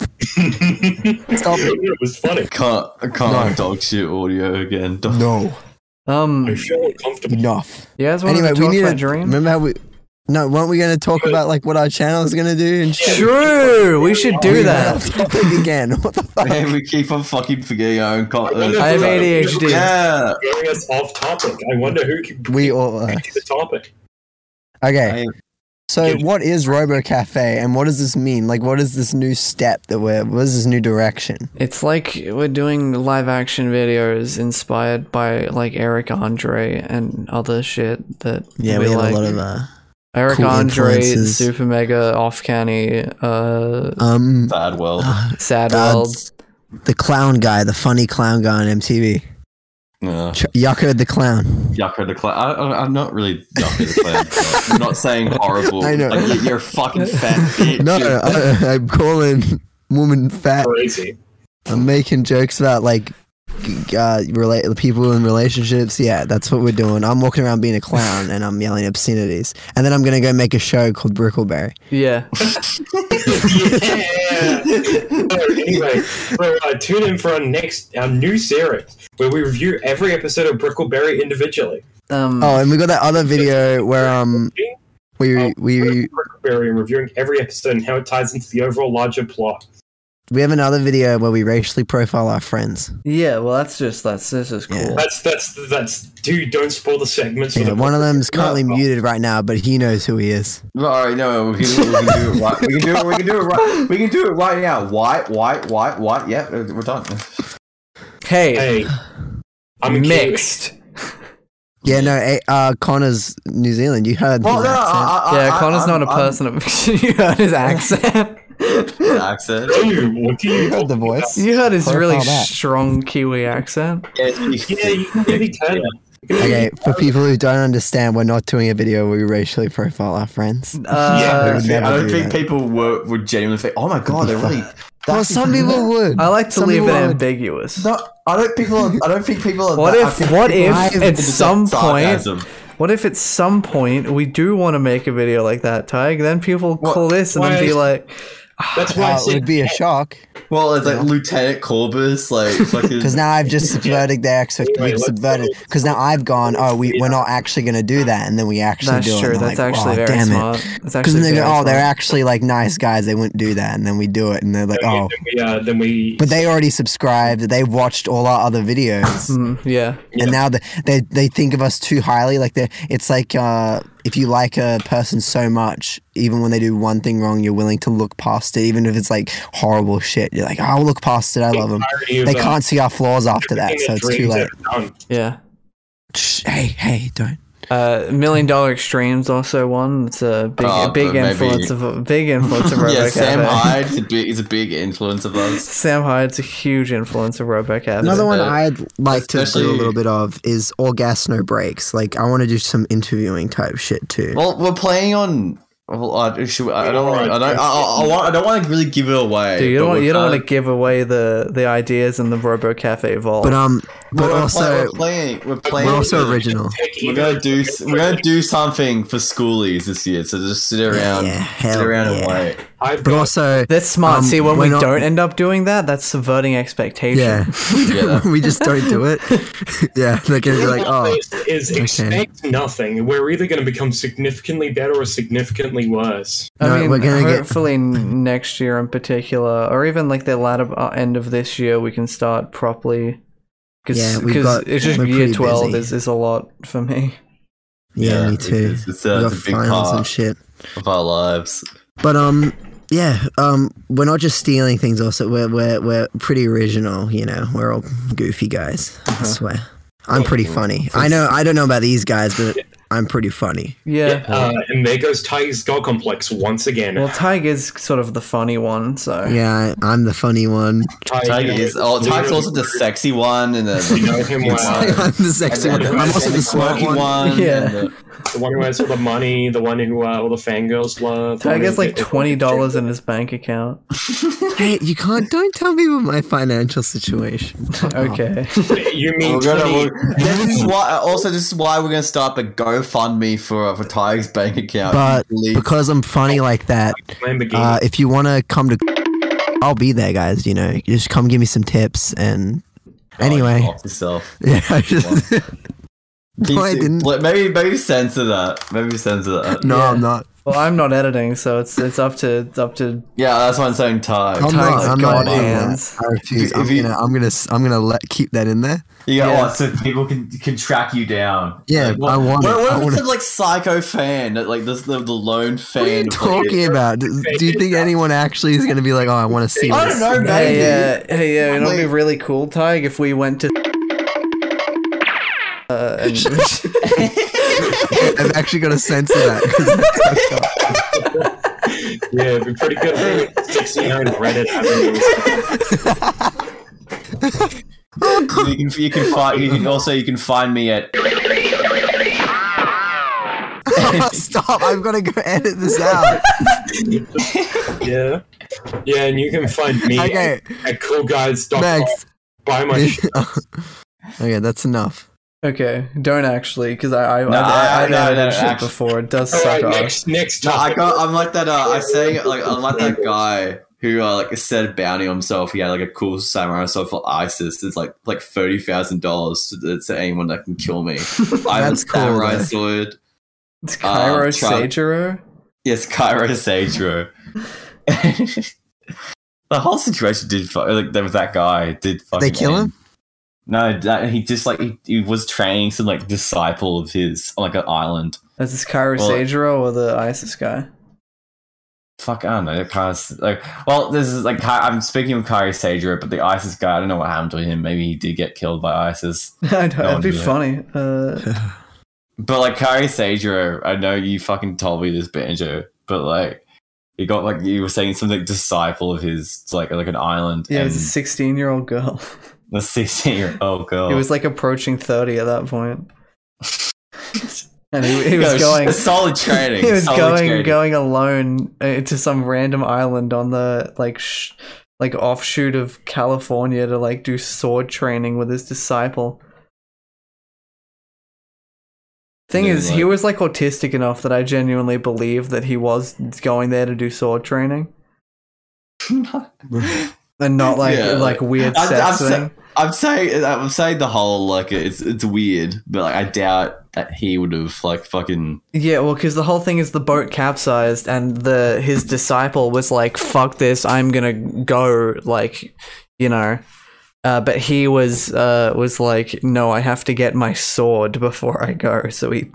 S6: it.
S5: (laughs) it was funny.
S2: Can't can't have dog shit audio again. (laughs) Dog-
S6: No,
S1: Um,
S5: I feel uncomfortable.
S6: enough.
S1: you guys want
S6: Anyway,
S1: to
S6: we
S1: talk
S6: need
S1: about
S6: to
S1: Dream?
S6: remember how we. No, weren't we going to talk about like what our channel is going to do and shit?
S1: Sure, we should
S6: We
S1: do
S6: went (laughs)
S1: that.
S6: off topic again. What the fuck?
S2: Man, we keep on fucking forgetting our own content.
S1: I have ADHD.
S2: Yeah,
S5: Going us off topic. I wonder who can
S6: We all uh, are.
S5: pick the topic.
S6: Okay. So,
S5: Dude.
S6: what is Robo Cafe, and what does this mean? Like, what is this new step that we're? What is this new direction?
S1: It's like we're doing live action videos inspired by like Eric Andre and other shit that we, like.
S6: uh,
S1: Eric
S6: cool
S1: Andre,
S6: influences.
S1: Super Mega, Off Canny, uh,
S6: um,
S2: bad world.
S1: Ah.
S6: uh,
S1: Sad
S6: Bad-
S1: World.
S6: the clown guy, the funny clown guy on MTV,
S2: Yeah.
S6: Ch- Yucko the clown.
S2: Yucca the Clown. I, I, I'm not really Yucca the Clown. but I'm not saying horrible.
S6: I know.
S2: Like, you- you're a fucking
S6: (laughs)
S2: fat bitch.
S6: No,
S2: You're-
S6: I, I'm calling woman fat.
S5: Crazy. (laughs)
S6: I'm making jokes about like g- uh, relate people in relationships. Yeah, that's what we're doing. I'm walking around being a clown and I'm yelling obscenities, and then I'm gonna go make a show called Brickleberry.
S1: Yeah.
S6: (laughs)
S5: Yeah. so anyway, so, uh, tune in for our next our new series where we review every episode of Brickleberry individually.
S1: Um,
S6: Oh, and we got that other video where um we
S5: We're
S6: we
S5: Brickleberry and reviewing every episode and how it ties into the overall larger plot.
S6: we have another video where we racially profile our friends.
S1: yeah. Well, that's just that's this is cool.
S6: Yeah.
S5: That's that's that's dude. Don't spoil the segments. for
S6: Yeah,
S5: the
S6: one of them's
S5: No,
S6: currently
S5: well,
S6: muted right now, but he knows who he is.
S2: No, all right, no, we can, we can do it right. We can do it. We can do it right. We can do it right now. White, white, white, white. Yep, we're done.
S1: Hey,
S5: (laughs) Hey, I'm a
S1: mixed.
S6: Yeah, no, eh, uh, Connor's New Zealand. You heard
S2: Well,
S6: his
S2: no, uh,
S6: accent.
S2: I, I,
S1: yeah,
S2: I,
S1: Connor's
S2: I'm-
S1: not a
S2: I'm-
S1: person of fiction. you heard his accent.
S2: Accent.
S5: Kiwi. Dude, what do you
S6: You heard the
S1: (laughs)
S6: voice.
S1: you heard his really
S6: Profile that.
S1: strong Kiwi accent.
S5: Yeah, you can
S6: (laughs)
S5: really tell.
S6: Okay, for people who don't understand, we're not doing a video where we racially profile our friends.
S2: I
S1: Uh,
S2: don't think, I don't
S6: do
S2: think
S6: that.
S2: people were, would genuinely think, oh my god, they're really.
S6: Well, some people would.
S1: I like to
S6: Some
S1: leave it
S6: people are-
S1: ambiguous.
S2: No, I don't. People. Are, I don't think people. Are
S1: What
S2: that, I
S1: if-
S2: think
S1: what
S2: people
S1: if
S2: are-
S1: at
S2: just
S1: some
S2: sarcasm.
S1: What if at some point we do want to make a video like that, Tig? Then people
S2: What-
S1: call this and then
S5: why-
S1: be like,
S5: That's why I
S6: Well, it
S5: said
S6: would be a shock
S2: Well, it's like Lieutenant Corbus,
S1: (laughs)
S2: like fucking.
S6: because now I've just subverted their expectations.
S5: Anyway,
S6: We've
S5: let's
S6: subverted because now I've gone. Oh, we we're not actually going to do that, and then we actually
S1: "That's
S6: do it.
S1: true.
S6: and they're
S1: That's
S6: like,
S1: actually
S6: "Oh,
S1: very
S6: damn
S1: smart." That's
S6: Because
S1: actually
S6: then they
S1: very
S6: go, oh,
S1: smart.
S6: they're actually like nice guys. They wouldn't do that, and then we do it, and they're like, oh,
S5: Then we, uh, then we
S6: but they already subscribed. They watched all our other
S1: (laughs)
S6: videos,
S1: Mm, yeah,
S6: and now they, they they think of us too highly. Like they, it's like uh, if you like a person so much, even when they do one thing wrong, you're willing to look past it, even if it's like horrible shit. You're like, I'll look past it. I love them.
S5: irony of,
S6: They
S5: uh,
S6: can't see our flaws after that,
S5: everything
S6: so
S5: that
S6: it's too
S5: dreams
S6: late.
S5: are done.
S1: yeah.
S6: Shh, hey, hey, don't.
S1: Uh, Million Dollar Extremes also one. It's a big,
S2: Oh,
S1: big
S2: but maybe-
S1: influence of a big influence of Robo
S2: (laughs) yeah, Sam
S6: eh?
S1: Cafe.
S2: Hyde is a big, is a big influence of us.
S1: Sam Hyde's a huge influence of Robo Cafe.
S6: Another one
S2: Uh,
S6: I'd like to do a
S2: especially-
S6: little bit of is all gas, no breaks. Like I want to do some interviewing type shit too.
S2: Well, we're playing on. Well, I, should, we- I don't want. I don't. I, I, I want. I don't want to really give it away.
S1: Dude, you
S2: but
S1: don't want
S2: we're
S1: you don't want
S2: kinda-
S1: to give away the the ideas in the Robo Cafe vault.
S6: but um,
S2: We're,
S6: but
S2: we're
S6: also
S2: playing. We're playing.
S6: we're also original.
S5: Take
S2: We're
S5: either
S2: gonna do.
S5: of them.
S2: We're gonna do something for schoolies this year. So just sit around.
S6: yeah,
S2: sit
S6: hell
S2: around and
S6: yeah.
S2: wait.
S5: I've
S6: But
S5: got
S6: also,
S1: that's smart.
S6: um,
S1: See, when we
S6: we're not-
S1: don't end up doing that, that's subverting expectation.
S6: yeah,
S2: Yeah.
S6: (laughs) we just don't
S2: (laughs)
S6: do it. yeah, they're gonna be like, oh,
S5: is expect nothing. We're either going to become significantly better or significantly worse.
S1: I
S6: No,
S1: mean,
S6: we're gonna get-
S1: hopefully n next year in particular, or even like the latter uh, end of this year, we can start properly.
S6: Yeah,
S1: Because
S6: we've got-
S1: it's just
S6: we're
S1: year
S6: pretty
S1: 12
S6: busy.
S1: is, is a lot for me.
S6: yeah, me too.
S2: It's, it's,
S6: We
S2: uh,
S6: got
S2: it's a big
S6: finals and
S2: part
S6: shit.
S2: of our lives.
S6: But um, yeah, um, we're not just stealing things. Also, we're we're we're pretty original. You know, we're all goofy guys. I swear, I'm pretty funny. I know I don't know about these guys, but I'm pretty funny.
S1: Yeah.
S5: Uh, and there goes Tiger's God Complex once again.
S1: Well, Tiger's sort of the funny one, so.
S6: Yeah, I- I'm the funny one.
S2: Tiger is oh, Tiger's
S5: literally-
S2: also the sexy one and the
S6: (laughs)
S5: You know him
S2: Uh,
S5: well.
S6: I'm the sexy one. I'm also the smart
S2: quirky
S6: one.
S1: Yeah.
S2: and the-
S5: The one who has all the money, the one who uh, all the fangirls love. the one
S1: Tiger's
S5: who-
S1: like twenty dollars in his bank (laughs) account.
S6: Hey, you can't. Don't tell me about my financial
S2: (laughs)
S6: situation.
S1: Okay.
S5: (laughs) You mean
S2: We're gonna-
S5: 20
S2: we're- this is why. Also, this is why we're gonna start a GoFundMe for uh, for Tiger's bank account.
S6: But
S2: Please.
S6: because I'm funny like that,
S5: Lamborghini?
S6: uh, if you want to come to, I'll be there, guys. You know, you just come give me some tips and.
S2: Oh,
S6: Anyway,
S2: fuck yourself.
S6: (laughs) yeah, I just, No, I didn't.
S2: Like, Maybe maybe censor that. Maybe censor that.
S6: (laughs) no,
S1: Yeah.
S6: I'm not.
S1: Well, I'm not editing, so it's it's up to it's up to
S2: Yeah, that's why I'm saying Tiger.
S6: I'm
S1: Tiger's
S6: not. I'm
S1: God
S6: not uh, doing that.
S1: hands.
S6: I refuse.
S2: If
S6: I'm
S2: you-
S6: gonna. I'm gonna. s- I'm gonna let keep that in there.
S2: You go,
S1: Yeah.
S2: oh, so people can can track you down.
S6: Yeah,
S2: Like, what,
S6: I want.
S2: what,
S6: it.
S2: what
S6: I
S2: if
S6: want
S2: it's
S6: it.
S2: a, like psycho fan, that, like this the, the lone fan?
S6: What are you
S2: of, like,
S6: talking about? Do do you think anyone actually is gonna be like, oh, I want to see?
S2: I
S6: this?
S2: don't know, man.
S1: Hey, uh, hey, uh, it'll be really cool, Tig, if we went to. Uh, and
S6: I've actually got to censor that. 'cause-
S5: yeah, it'd be pretty good. Sixty-nine Reddit avenues.
S2: (laughs) you can you can find
S6: (laughs)
S2: you can also you can find me at (laughs)
S6: Stop! I've got to go edit this out.
S5: Yeah, yeah, and you can find me
S6: Okay,
S5: at, at coolguys.com.
S6: next.
S5: Buy my shit.
S6: (laughs) okay, that's enough.
S1: (laughs) okay, don't actually, because I I
S2: No, I-
S1: I, I,
S2: no,
S1: edited
S2: no,
S1: shit
S2: actu-
S1: before. It does
S5: All
S1: suck
S5: right,
S1: off.
S5: next, next
S2: No, I
S5: topic.
S2: got. I'm like that. Uh, I
S6: (laughs)
S2: say like I'm like that guy who uh, like set a bounty on himself. He had like a cool samurai sword for ISIS. It's like like thirty thousand dollars to to anyone that can kill
S6: (laughs)
S2: me. I have a
S6: That's cool,
S2: samurai
S6: though.
S2: sword.
S1: It's
S2: Um,
S1: Cairo
S2: try-
S1: Sagero.
S2: Yes, Cairo Sagero. (laughs) the whole situation did fu- like with that guy did fucking.
S6: They kill
S2: end.
S6: him.
S2: No, that, he just like he, he was training some like disciple of his on like an island.
S1: Is this Cairo
S2: Well-
S1: Sagero or the ISIS guy? (laughs)
S2: Fuck, I don't know. Kind of, like, well, this is like Kai- I'm speaking of Kyrie Sager, but the ISIS guy. I don't know what happened to him. Maybe he did get killed by ISIS.
S1: I know,
S2: No
S1: that'd be
S2: idea.
S1: funny. Uh,
S2: But like Kyrie Sager, I know you fucking told me this banjo, but like he got like you were saying some like disciple of his to, like like an island.
S1: yeah, it
S2: and
S1: was a sixteen-year-old girl.
S2: the Oh, sixteen (laughs) year old girl.
S1: He was like approaching thirty at that point, and he,
S2: (laughs)
S1: he was
S2: Yeah, it
S1: going.
S2: just solid
S1: (laughs)
S2: training.
S1: he was
S2: solid
S1: going
S2: training.
S1: going alone uh, to some random island on the like sh- like offshoot of California to like do sword training with his disciple. Thing
S2: Yeah,
S1: is, he
S2: like-
S1: was like autistic enough that I genuinely believe that he was going there to do sword
S2: (laughs)
S1: training and not like
S2: Yeah,
S1: like
S2: like-
S1: weird
S2: I- I'm
S1: sex
S2: so-
S1: thing.
S2: I'm saying I'm saying the whole like it's it's weird, but like I doubt that he would have like fucking.
S1: Yeah, well, because the whole thing is the boat capsized, and the his disciple was like, "Fuck this, I'm gonna go." Like, you know, uh, but he was uh, was like, "No, I have to get my sword before I go." So he,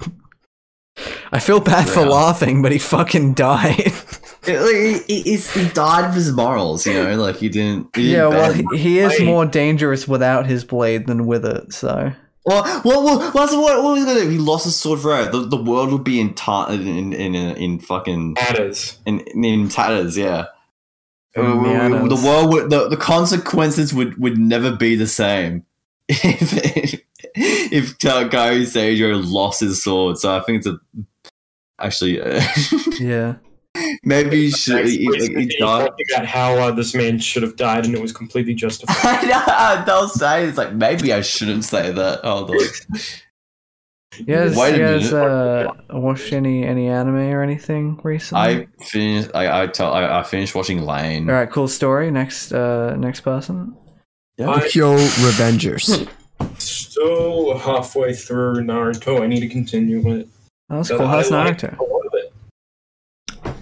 S1: I feel bad for
S2: Yeah.
S1: laughing, but he fucking died.
S2: It, like, he, he's, he died of his morals, you know. Like he didn't. (laughs) He
S1: yeah,
S2: didn't
S1: well,
S2: bend.
S1: he, he is
S5: Wait.
S1: more dangerous without his blade than with it. So
S2: well, well, well, well, that's what, what was he gonna do? He lost his sword forever. The, the world would be in ta- in, in in in fucking
S5: Adders.
S2: in, in tatters. Yeah.
S1: In
S2: Uh,
S1: meanders.
S2: The world would the, the consequences would, would never be the same (laughs) if if Takao Seijo lost his sword. So I think it's a actually (laughs) uh,
S1: yeah,
S2: maybe you should.
S5: Next
S2: he-
S5: person
S2: he- he
S5: that you
S2: died.
S5: talked about how uh, this man should have died, and it was completely justified.
S1: (laughs)
S2: (laughs) I know, they'll say it's like maybe I shouldn't say that. Hold on.
S1: yeah. Has,
S2: Wait a
S1: you guys uh,
S5: minute.
S1: watched any any anime or anything recently?
S2: I finished. I I, tell, I I finished watching Lane.
S1: All right, cool story. Next, uh, next person.
S5: I-
S1: (laughs)
S6: Kyo Revengers.
S5: still halfway through Naruto. I need to continue with it.
S1: Oh, that's
S5: But
S1: cool.
S5: I
S1: How's
S5: liked
S1: Naruto?
S5: a lot of it.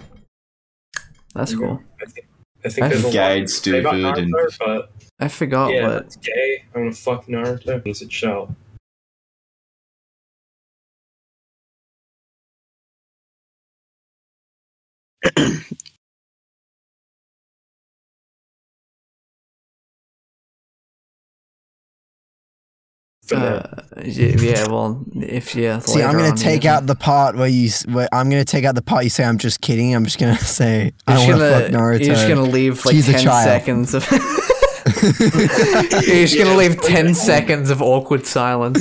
S1: That's cool.
S5: I think, I think
S1: I
S5: there's a lot
S2: Gay,
S5: to say about
S2: stupid, and-
S5: Naruto, but
S1: I forgot
S5: yeah,
S1: what.
S5: it's gay. I'm gonna fuck Naruto. He's a child. for now.
S1: Uh, y- yeah, well, if yeah.
S6: (laughs) See, I'm
S1: later
S6: gonna
S1: on,
S6: take
S1: yeah.
S6: out the part where you. s- Where I'm gonna take out the part you say I'm just kidding. I'm just gonna (laughs) say I
S1: You're
S6: want to
S1: just
S6: fuck
S1: gonna-
S6: Naruto.
S1: You're
S6: (laughs)
S1: just gonna leave like
S6: She's a
S1: ten
S6: child.
S1: seconds of. (laughs) you're just gonna leave ten seconds of awkward
S5: (laughs)
S1: silence.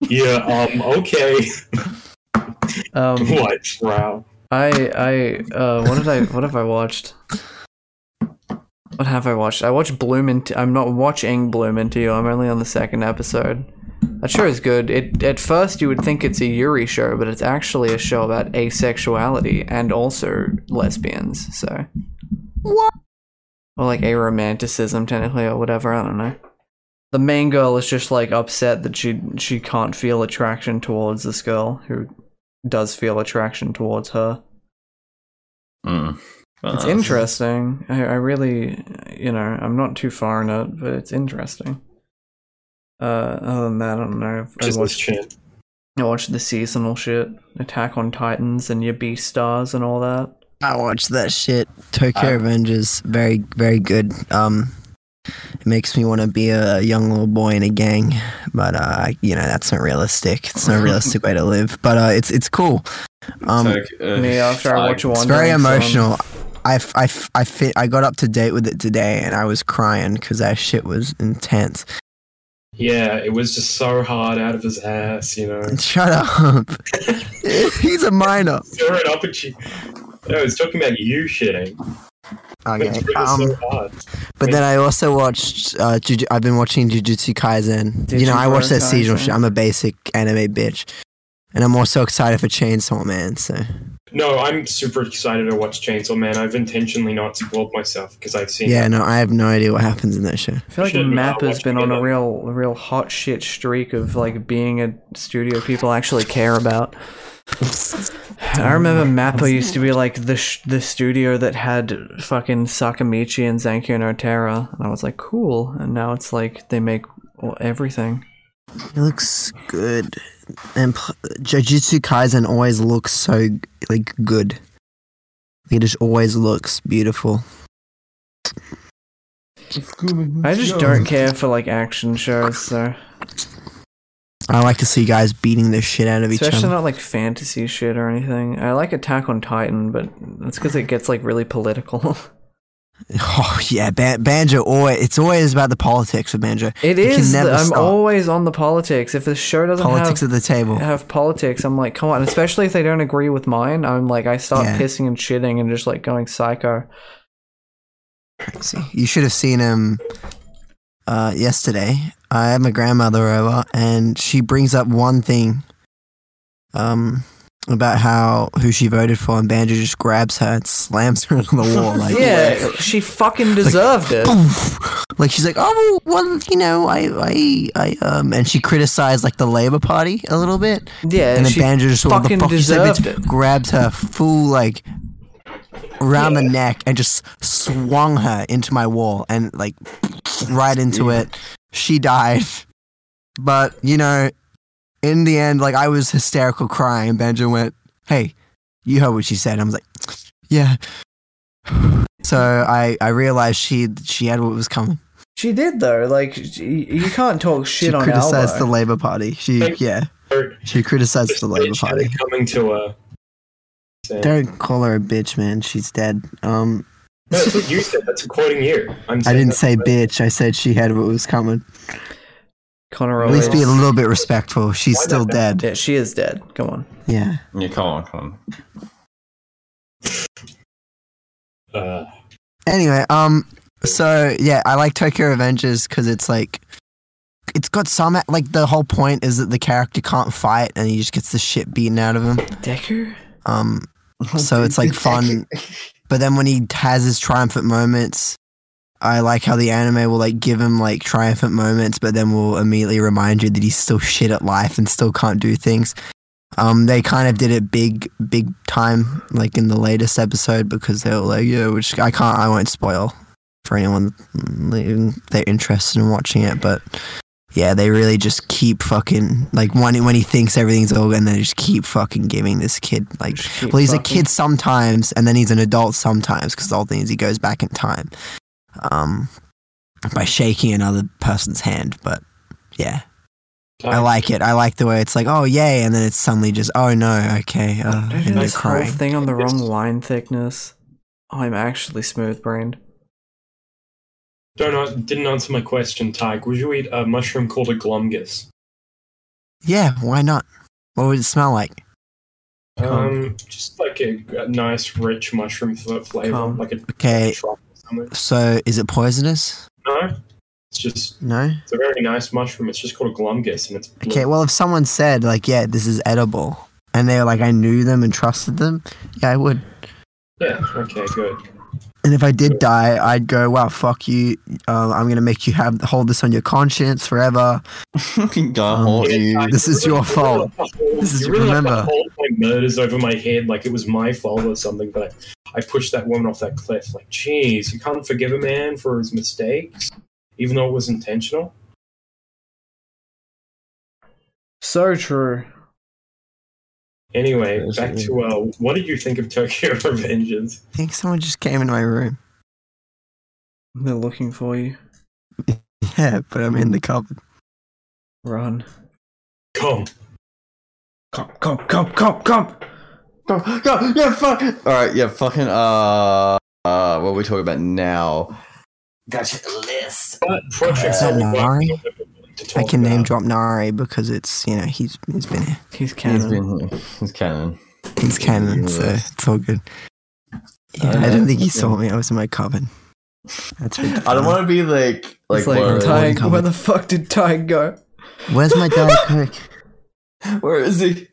S5: Yeah,
S1: (laughs)
S5: um, okay. (laughs)
S1: Um,
S5: what? Wow.
S1: I I uh, what did I what have I watched? What have I watched? I watched Bloom into. I'm not watching Bloom into you. I'm only on the second episode. That show is good. It at first you would think it's a Yuri show, but it's actually a show about asexuality and also lesbians. So what? Or like aromanticism, technically, or whatever. I don't know. The main girl is just like upset that she she can't feel attraction towards this girl who does feel attraction towards her.
S2: Mm.
S1: It's
S2: Uh,
S1: interesting. I, I really, you know, I'm not too far in it, but it's interesting. Uh, other than that, I don't know. if I
S5: Just this
S1: watched,
S5: chin.
S1: I watched the seasonal shit, Attack on Titans, and your B stars and all that.
S6: I watched that shit. Tokyo Avengers, very very good. Um, it makes me want to be a young little boy in a gang, but uh, you know that's not realistic. It's not a realistic way to live. But uh, it's it's cool. Um,
S2: Took, uh,
S1: Me after I
S2: I-
S1: watch one.
S6: it's very emotional. I, f- I, f- I, fit, I got up to date with it today and I was crying because that shit was intense. (laughs)
S5: Yeah, it was just so hard out of his ass, you know.
S1: (laughs)
S6: Shut up. (laughs) He's a minor.
S5: Throw it up at you. No, it's talking about you shitting.
S6: Okay.
S5: It's really
S6: Um,
S5: so hard.
S6: but then I also watched. Uh, Juju- I've been watching Jujutsu Kaisen. you know, I watched that
S1: Jujutsu
S6: seasonal
S1: Kaisen.
S6: shit. I'm a basic anime bitch, and I'm also excited for Chainsaw Man. So
S5: No, I'm super excited to watch Chainsaw Man. I've intentionally not spoiled myself because I've seen
S6: yeah, no, I have no idea what happens in that show.
S1: I feel like
S5: Should've
S1: Map
S5: not
S1: has
S5: watched
S1: been on a
S5: Bloom.
S1: real, a real hot shit streak of like being a studio people actually care about. I remember Mappa used to be like the sh- the studio that had fucking Sakamichi and Zankyo and Otera, and I was like, cool. And now it's like they make well, everything.
S6: It looks good, and pl- Jujutsu Kaisen always looks so like good. It just always looks beautiful.
S1: I just don't care for like action shows, so
S6: I like to see guys beating the shit out of each
S1: especially
S6: other.
S1: not like fantasy shit or anything. I like Attack on Titan, but that's because it gets like really political. (laughs)
S6: (laughs) oh yeah, Ban- Banjo always. It's always about the politics of Banjo.
S1: It
S6: You can
S1: is.
S6: never
S1: the- I'm
S6: stop.
S1: always on the politics. If the show doesn't
S6: Politics
S1: have,
S6: at the table.
S1: have politics, I'm like, come on. Especially if they don't agree with mine, I'm like, I start
S6: Yeah.
S1: pissing and shitting and just like going psycho.
S6: See, you should have seen him uh, yesterday. I had my grandmother over, and she brings up one thing um, about how who she voted for, and Banjo just grabs her and slams her (laughs) on the wall. Like,
S1: yeah, she fucking deserved it.
S6: Poof. Like she's like, oh well, you know, I, I, I, um, and she criticized like the Labour Party a little bit,
S1: Yeah,
S6: and then
S1: she
S6: Banjo just what the
S1: fucking
S6: fuck you said,
S1: deserved
S6: bitch,
S1: it.
S6: grabbed her full like around the neck and just swung her into my wall and like right into it. She died, but you know, in the end, like I was hysterical crying. and Banjo went, "Hey, you heard what she said." I was like, "Yeah." (sighs) So I I realized she she had what was coming.
S1: She did though. Like she, you can't talk shit
S6: she
S1: on
S6: criticized
S1: Alba.
S6: the Labour Party. She yeah,
S5: Or-
S6: she criticized the Labour
S5: Bitch,
S6: Party.
S5: they're coming to uh, a.
S6: Don't call her a bitch, man. She's dead. Um,
S5: No, that's what you said. That's quoting you. I'm
S6: I
S5: saying
S6: didn't
S5: that's
S6: say
S5: what-
S6: bitch. I said she had what was coming.
S1: Connor
S6: At least be a
S1: Owens.
S6: little bit respectful. She's
S5: Why
S6: still
S5: not?
S6: dead.
S1: Yeah, she is dead. Come on.
S6: Yeah.
S2: Yeah, come on, come on.
S5: Uh,
S6: Anyway, um, so yeah, I like Tokyo Avengers because it's like, it's got some like the whole point is that the character can't fight and he just gets the shit beaten out of him.
S1: Decker.
S6: Um, so
S3: (laughs)
S6: it's like fun. But then when he has his triumphant moments, I like how the anime will like give him like triumphant moments, but then will immediately remind you that he's still shit at life and still can't do things. Um, they kind of did it big, big time, like in the latest episode, because they were like, "Yeah, which I can't, I won't spoil for anyone leaving- they're interested in watching it." But yeah, they really just keep fucking like when when he thinks everything's over, and they just keep fucking giving this kid like
S1: Just keep
S6: well, he's a
S1: fucking-
S6: kid sometimes, and then he's an adult sometimes because the whole thing is he goes back in time, um, by shaking another person's hand. But Yeah. I like it. I like the way it's like, oh yay, and then it's suddenly just, oh no, okay, uh,
S1: Dude,
S6: and they're
S1: this whole
S6: crying.
S1: thing on the wrong line thickness. I'm actually smooth brained.
S5: Don't didn't answer my question, Tig. Would you eat a mushroom called a glumgus?
S6: Yeah, why not? What would it smell like?
S5: Um, just like a, a nice, rich mushroom fl- flavor,
S1: Cum.
S5: like a
S6: Okay,
S5: truffle or something.
S6: so is it poisonous?
S5: No, it's just
S6: No.
S5: it's a very nice mushroom. It's just called a glumgus, and it's blue.
S6: Okay, well, if someone said like, yeah, this is edible, and they were like, I knew them and trusted them, yeah, I would.
S5: yeah. Okay, good.
S6: And if I did die, I'd go, wow, fuck you. Uh, I'm gonna make you have hold this on your conscience forever.
S2: Fucking
S6: Um,
S2: God, haunt you.
S5: Tig,
S6: This
S5: you
S6: is your
S5: you
S6: fault.
S5: like to hold-
S6: This is-
S5: you really like to
S6: remember.
S5: hold my murders over my head like it was my fault or something. But I, I pushed that woman off that cliff. Like, jeez, you can't forgive a man for his mistakes, even though it was intentional.
S1: So true.
S5: Anyway,
S2: Yes,
S5: back
S2: it is.
S5: to uh, what did you think of Tokyo (laughs) Revengeance?
S6: I think someone just came into my room.
S1: They're looking for you.
S6: (laughs) Yeah, but I'm in the cupboard.
S1: Run.
S5: Come.
S1: Come, come, come, come, come!
S2: Go, go, yeah, fuck. All right, yeah, fucking. Uh, uh, what are we talking about now? Gotcha, the list.
S5: But projects
S6: Uh,
S5: that we worked on
S6: Nari?
S5: that we're willing to
S6: I
S5: talk
S6: can name
S5: about.
S6: drop Nari because it's you know he's he's been here.
S1: He's
S2: He's
S1: canon.
S2: been here. He's canon.
S6: He's canon, so
S2: Yes.
S6: it's all good. Yeah,
S2: Uh,
S6: I don't think he
S2: yeah.
S6: saw me. I was in my cupboard. That's been
S2: I don't want to be like like,
S1: It's like,
S2: where,
S6: Ty-
S1: Tig, where the fuck did Tig go?
S6: Where's
S5: (laughs)
S6: my diet coke?
S2: where is he?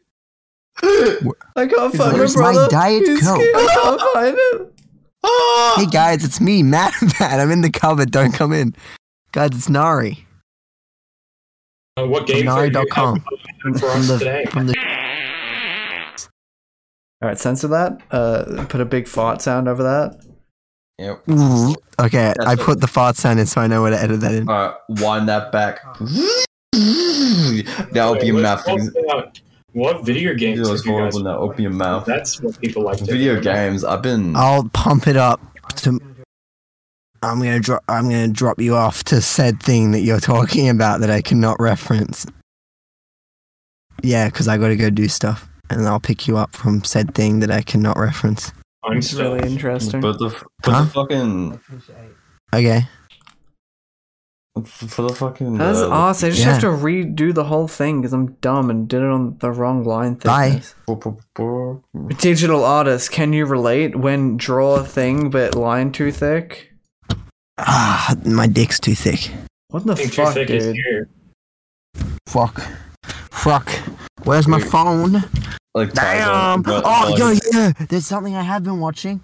S1: (gasps) I can't find my
S6: Where's my
S1: brother.
S6: Diet
S1: He's
S6: Coke?
S1: scared. I can't find him.
S2: Ah!
S6: Hey guys, it's me, Matt. (laughs) Matt, I'm in the cupboard. Don't come in, guys. It's Nari
S5: Uh, what
S6: from
S5: game are you
S6: Nari.com
S5: having for
S6: from
S5: us
S6: the
S5: today?
S6: from the
S1: All right, censor that. Uh, put a big fart sound over that.
S2: Yep.
S6: Ooh,
S2: Mm-hmm.
S6: Okay,
S2: That's
S6: I
S2: it.
S6: put the fart sound in so I know where to edit that in.
S2: All right, wind that back. Now open
S5: Okay,
S2: your mouth.
S5: let's talk about What video
S2: It
S5: games?
S2: was
S5: have you guys
S2: horrible. Now open your mouth.
S5: That's what people like. to
S2: Video
S5: do.
S2: games. Oh, I've been.
S6: I'll pump it up to I'm gonna drop I'm gonna drop you off to said thing that you're talking about that I cannot reference. Yeah, because I gotta go do stuff. And I'll pick you up from said thing that I cannot reference.
S5: I'm
S1: It's
S5: still.
S1: really interesting.
S2: But the but
S6: Huh?
S2: the fucking
S6: Okay.
S2: for the fucking.
S1: That's
S2: uh,
S1: awesome. I just
S6: yeah.
S1: have to redo the whole thing because I'm dumb and did it on the wrong line.
S6: Bye.
S1: thickness.
S2: bo- bo- bo-
S1: Digital artist, can you relate when draw a thing but line too thick?
S6: Ah, my dick's too thick.
S1: What the
S5: I think too
S1: fuck,
S5: thick is
S1: dude?
S5: you.
S6: Fuck. Fuck. Where's my phone?
S2: Like
S6: Damn!
S2: Tiger, but-
S6: Oh,
S2: but
S6: yo,
S2: like-
S6: yeah. There's something I have been watching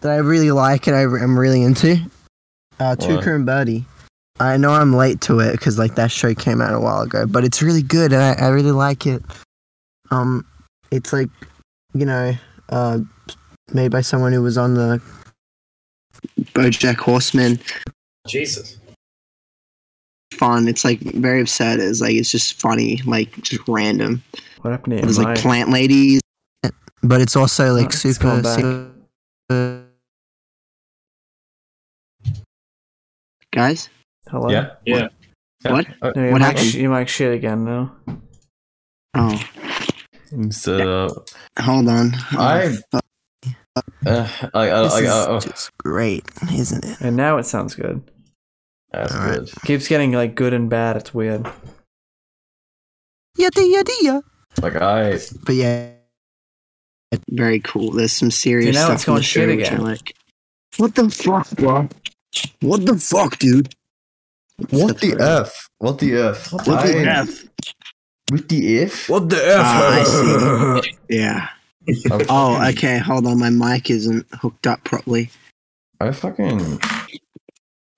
S6: that I really like and I, am really into. Uh,
S2: What?
S6: Tuka and Birdie. I know I'm late to it because like that show came out a while ago, but it's really good and I, I really like it. Um, it's like, you know, uh, made by someone who was on the
S3: BoJack Horseman.
S5: Jesus.
S3: Fun. It's like very upset. It's like it's just funny, like just random.
S1: What happened to
S3: There's
S1: your
S3: like
S1: mic?
S3: plant ladies.
S6: but it's also like
S1: It's
S6: super,
S1: gone back.
S6: super
S3: Guys,
S1: Hello.
S2: Yeah.
S5: Yeah.
S3: What?
S2: Uh,
S1: No, your
S3: What
S1: mic
S3: happened?
S1: sh- your mic shit again now.
S3: oh,
S2: So
S3: hold on.
S2: I-
S3: Oh,
S2: uh, I I
S6: This
S2: I, oh,
S6: is
S1: uh,
S2: I, I
S6: just great, isn't it?
S1: And now it sounds good.
S2: that's
S6: Alright.
S2: good.
S1: Keeps getting like good and bad. It's weird.
S6: Yada yada yada.
S2: Like I
S6: But yeah,
S3: very cool. There's some serious
S1: You know,
S3: stuff
S1: it's
S3: in
S1: going
S3: the show
S1: shit
S3: which I
S1: again.
S3: like. What the fuck, bro? What the fuck, dude?
S2: what the
S6: uh,
S2: f what the f
S3: What the f?
S2: with the f.
S1: What the f?
S3: Ah,
S6: (laughs)
S3: Yeah.
S2: I
S3: Oh,
S2: fucking-
S3: okay. Hold on. My mic isn't hooked up properly.
S2: I fucking.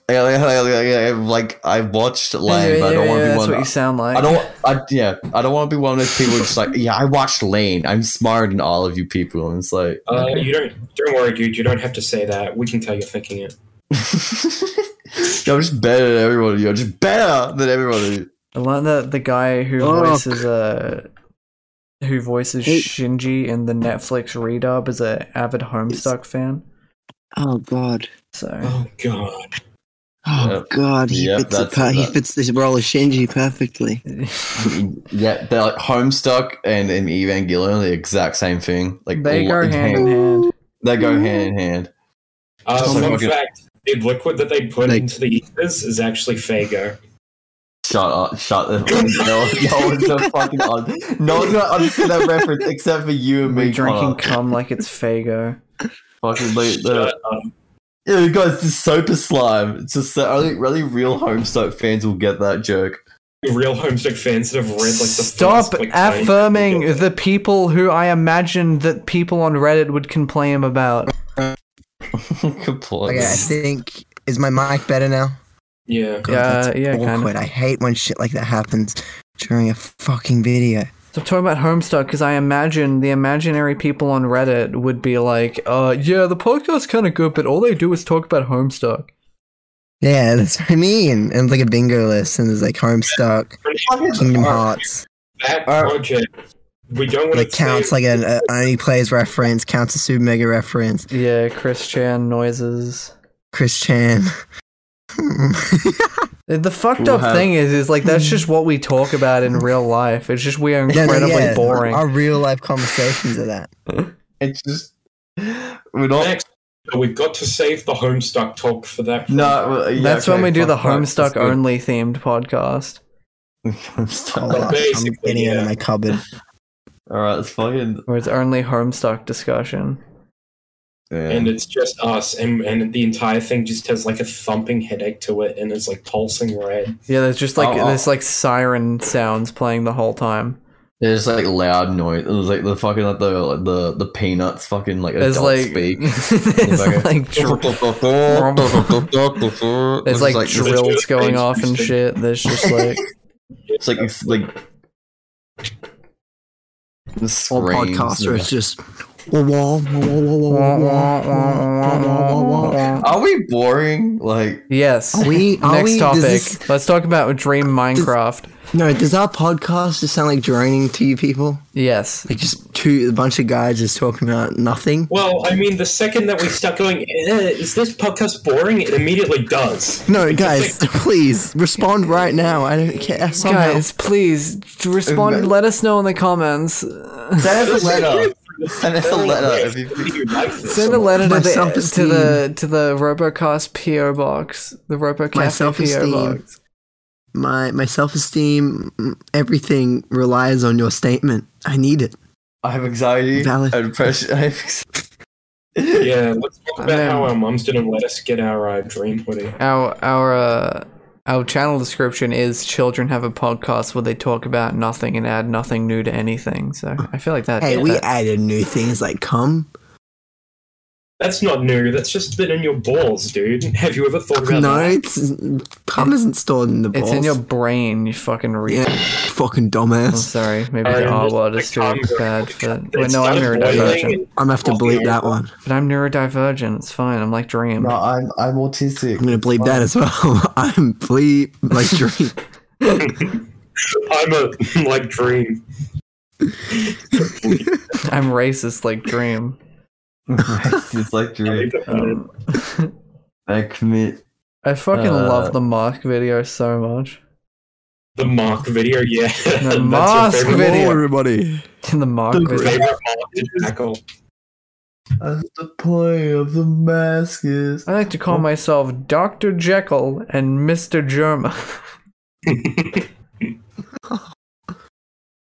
S2: I, I, I, I, like I watched Lane, but I don't want to be
S1: that's
S2: one.
S1: what you sound like.
S2: I don't. I, yeah, I don't want to be one of those people just like, yeah, I watched Lane. I'm smarter than all of you people, and it's like,
S5: Uh, you don't. Don't worry, dude. You don't have to say that. We can tell you're thinking it.
S2: (laughs) I'm just better than everyone. You're just better than everyone.
S1: I learned that the guy who
S3: Fuck.
S1: voices uh who voices
S3: Hey.
S1: Shinji in the Netflix redub is a avid Homestuck fan. (laughs)
S3: Oh God.
S1: So
S5: Oh God.
S3: Oh
S2: Yep.
S3: God, he
S2: Yep,
S3: fits the
S2: that's-
S3: pa- he
S2: that-
S3: fits this role of Shinji perfectly.
S2: yeah, they're like Homestuck and, and Evangelion, are the exact same thing. Like
S1: they
S2: all
S1: go
S2: in
S1: hand in hand.
S2: They go hand in hand.
S5: Uh,
S2: Just
S5: fun
S2: like fucking-
S5: fact: the liquid that they put
S3: Like-
S5: into the ethers is actually Fago.
S2: Shut up!
S1: (laughs)
S2: Shut up! No, no one's gonna fucking un- no one's gonna understand that reference except for you and
S1: We're
S2: me.
S1: drinking
S5: uh,
S2: Connor.
S1: cum like it's
S5: (laughs)
S1: Fago.
S2: fucking like,
S5: Shut
S2: the,
S5: up.
S2: Ew, guys, this Soper slime. It's just that only really real Homestuck fans will get that joke. (laughs)
S5: Real homesick fans that have read like the
S1: Stop
S5: first, like, nine-
S1: affirming the people who I imagined that people on Reddit would complain about.
S2: Good point.
S6: Okay, I think is my mic better now?
S5: Yeah,
S6: God,
S1: Yeah,
S6: that's
S1: yeah, kinda.
S6: awkward. I hate when shit like that happens during a fucking video.
S1: Stop talking about Homestuck because I imagine the imaginary people on Reddit would be like, uh, yeah, the podcast's kind of good, but all they do is talk about Homestuck.
S6: Yeah, that's what I mean. And it's like a bingo list, and there's like Homestuck, Kingdom Hearts.
S5: that
S2: Uh,
S5: project. We don't want
S6: And
S5: to
S6: it counts like an a only plays reference, counts a super mega reference.
S1: Yeah, Chris Chan noises.
S6: Chris Chan. (laughs)
S1: The- The fucked
S2: We'll
S1: up
S2: have-
S1: thing is, is like
S6: (laughs)
S1: that's just what we talk about in real life. It's just we are incredibly
S6: yeah,
S1: boring.
S6: Our real life conversations are that.
S2: It's just we're not.
S5: Next, we've got to save the Homestuck talk for that.
S2: No, well, yeah,
S1: that's
S2: okay,
S1: when we do
S2: fuck
S1: the
S2: that. That's
S1: Homestuck
S2: good.
S1: only themed podcast.
S2: (laughs) Homestuck.
S6: Hold on, I'm
S5: basically,
S6: getting out
S5: yeah.
S6: of my cupboard.
S2: All right, it's fucking.
S1: where it's only Homestuck discussion.
S5: and it's just us, and and the entire thing just has like a thumping headache to it, and it's like pulsing red.
S1: Yeah, there's just like
S2: Oh, oh.
S1: there's like siren sounds playing the whole time.
S2: There's like loud noise. It was like the fucking like the like the the peanuts fucking like
S1: There's
S2: adult
S1: like (laughs)
S2: speak.
S1: there's
S2: Okay.
S1: like dr-
S2: it's
S1: there's like,
S2: it's
S1: drills going off and shit. There's just (laughs) like
S2: like it's like the
S6: Or
S2: screams.
S6: podcaster, it's just. Wah, wah, wah, wah, wah, wah, wah, wah, wah, wah.
S2: Are we
S1: (laughs)
S2: boring? Like
S1: yes.
S6: Are we? Are
S1: Next
S6: we,
S1: topic.
S6: Does this,
S1: Let's talk about Dream Minecraft.
S6: no, does our podcast just sound like droning to you people?
S1: yes.
S6: Like just two, a bunch of guys just talking about nothing.
S5: Well, I mean, the second that we start going, eh, is this podcast boring? It immediately
S1: (laughs)
S5: does.
S6: No, guys, please respond right now. I don't care. Somehow.
S1: Guys, please d- respond. Let us know in the comments.
S2: send us a letter. Send us a letter. If you,
S5: You like this?
S1: Send a letter to
S6: My
S1: the, to
S6: self-esteem.
S1: the to the Robocast PO box, the Robocast PO
S6: self-esteem.
S1: box.
S6: my my self esteem, everything relies on your statement. I need it.
S2: I have anxiety.
S6: Valid.
S2: I have depression. (laughs) I have anxiety.
S5: Yeah, let's talk
S1: I
S5: about
S1: mean-
S5: how our mums didn't let us get our uh, dream hoodie.
S1: Our our uh, our channel description is children have a podcast where they talk about nothing and add nothing new to anything. So I feel like that.
S6: Hey, we
S1: that-
S6: added new things like cum.
S5: That's not new. That's just been in your balls, dude. Have you ever thought about
S6: No,
S5: that?
S6: it's cum isn't stored in the balls.
S1: it's in your brain. You fucking read.
S6: Yeah, fucking
S1: I'm
S6: dumbass.
S1: sorry. Maybe
S5: Sorry,
S1: the
S5: I'm
S1: R
S5: just-
S1: word is
S5: I
S1: too
S5: can't go-
S1: bad for that.
S5: It
S1: But no, I'm
S5: started
S1: neurodivergent.
S5: boiling and-
S6: I'm gonna have to bleep that one.
S1: But I'm neurodivergent. It's fine. I'm like Dream.
S2: No, I'm I'm autistic.
S6: I'm gonna bleep that as well. (laughs) I'm bleep like dream.
S5: I'm a (laughs) like dream.
S1: (laughs) I'm racist like Dream.
S2: (laughs) it's like dream.
S1: Um,
S2: I commit.
S1: I fucking
S2: Uh,
S1: love the Mark video so much. (laughs)
S5: the mock video, yeah. (laughs) That's your
S1: Mosk
S5: favorite
S1: video.
S5: one.
S6: everybody.
S1: In the Mark video.
S5: Favorite mock to tackle.
S2: That's the point of the mask is.
S1: I like to call myself Dr. Jekyll and Mr. Germa. (laughs)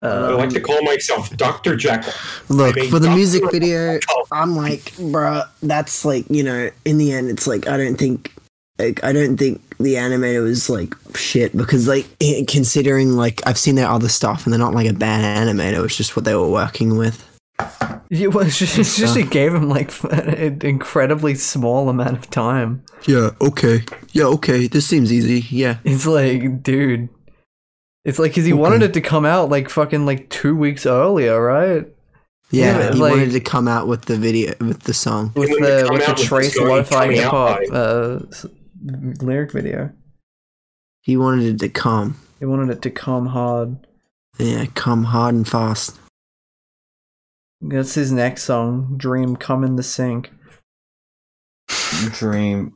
S5: I like
S1: Uh,
S5: to call myself Dr. Jekyll.
S6: Look
S5: Maybe
S6: for the
S5: Dr.
S6: music video. I'm like, bruh, that's like you know. In the end, it's like I don't think, like, I don't think the animator was like shit because like i- considering like I've seen their other stuff and they're not like a bad animator. It's just what they were working with.
S1: yeah, well, it's just, it's just it gave him like (laughs) an incredibly small amount of time.
S6: Yeah. Okay. Yeah. Okay. This seems easy. Yeah.
S1: It's like, dude, it's like because he wanted it to come out like fucking like two weeks earlier, right?
S6: Yeah.
S1: Yeah,
S6: he
S1: like-
S6: wanted to come out with the video with the song.
S1: With
S5: wouldn't
S1: the
S5: come
S1: with the
S5: out with
S1: Trace
S5: this going
S1: Lo-Fi
S5: coming
S1: Hip
S5: out
S1: Hop
S5: by-
S1: uh, s- lyric video.
S6: He wanted it to come.
S1: He wanted it to come hard.
S6: Yeah. Come hard and fast.
S1: That's his next song, "Dream Come in the Sink."
S2: Dream.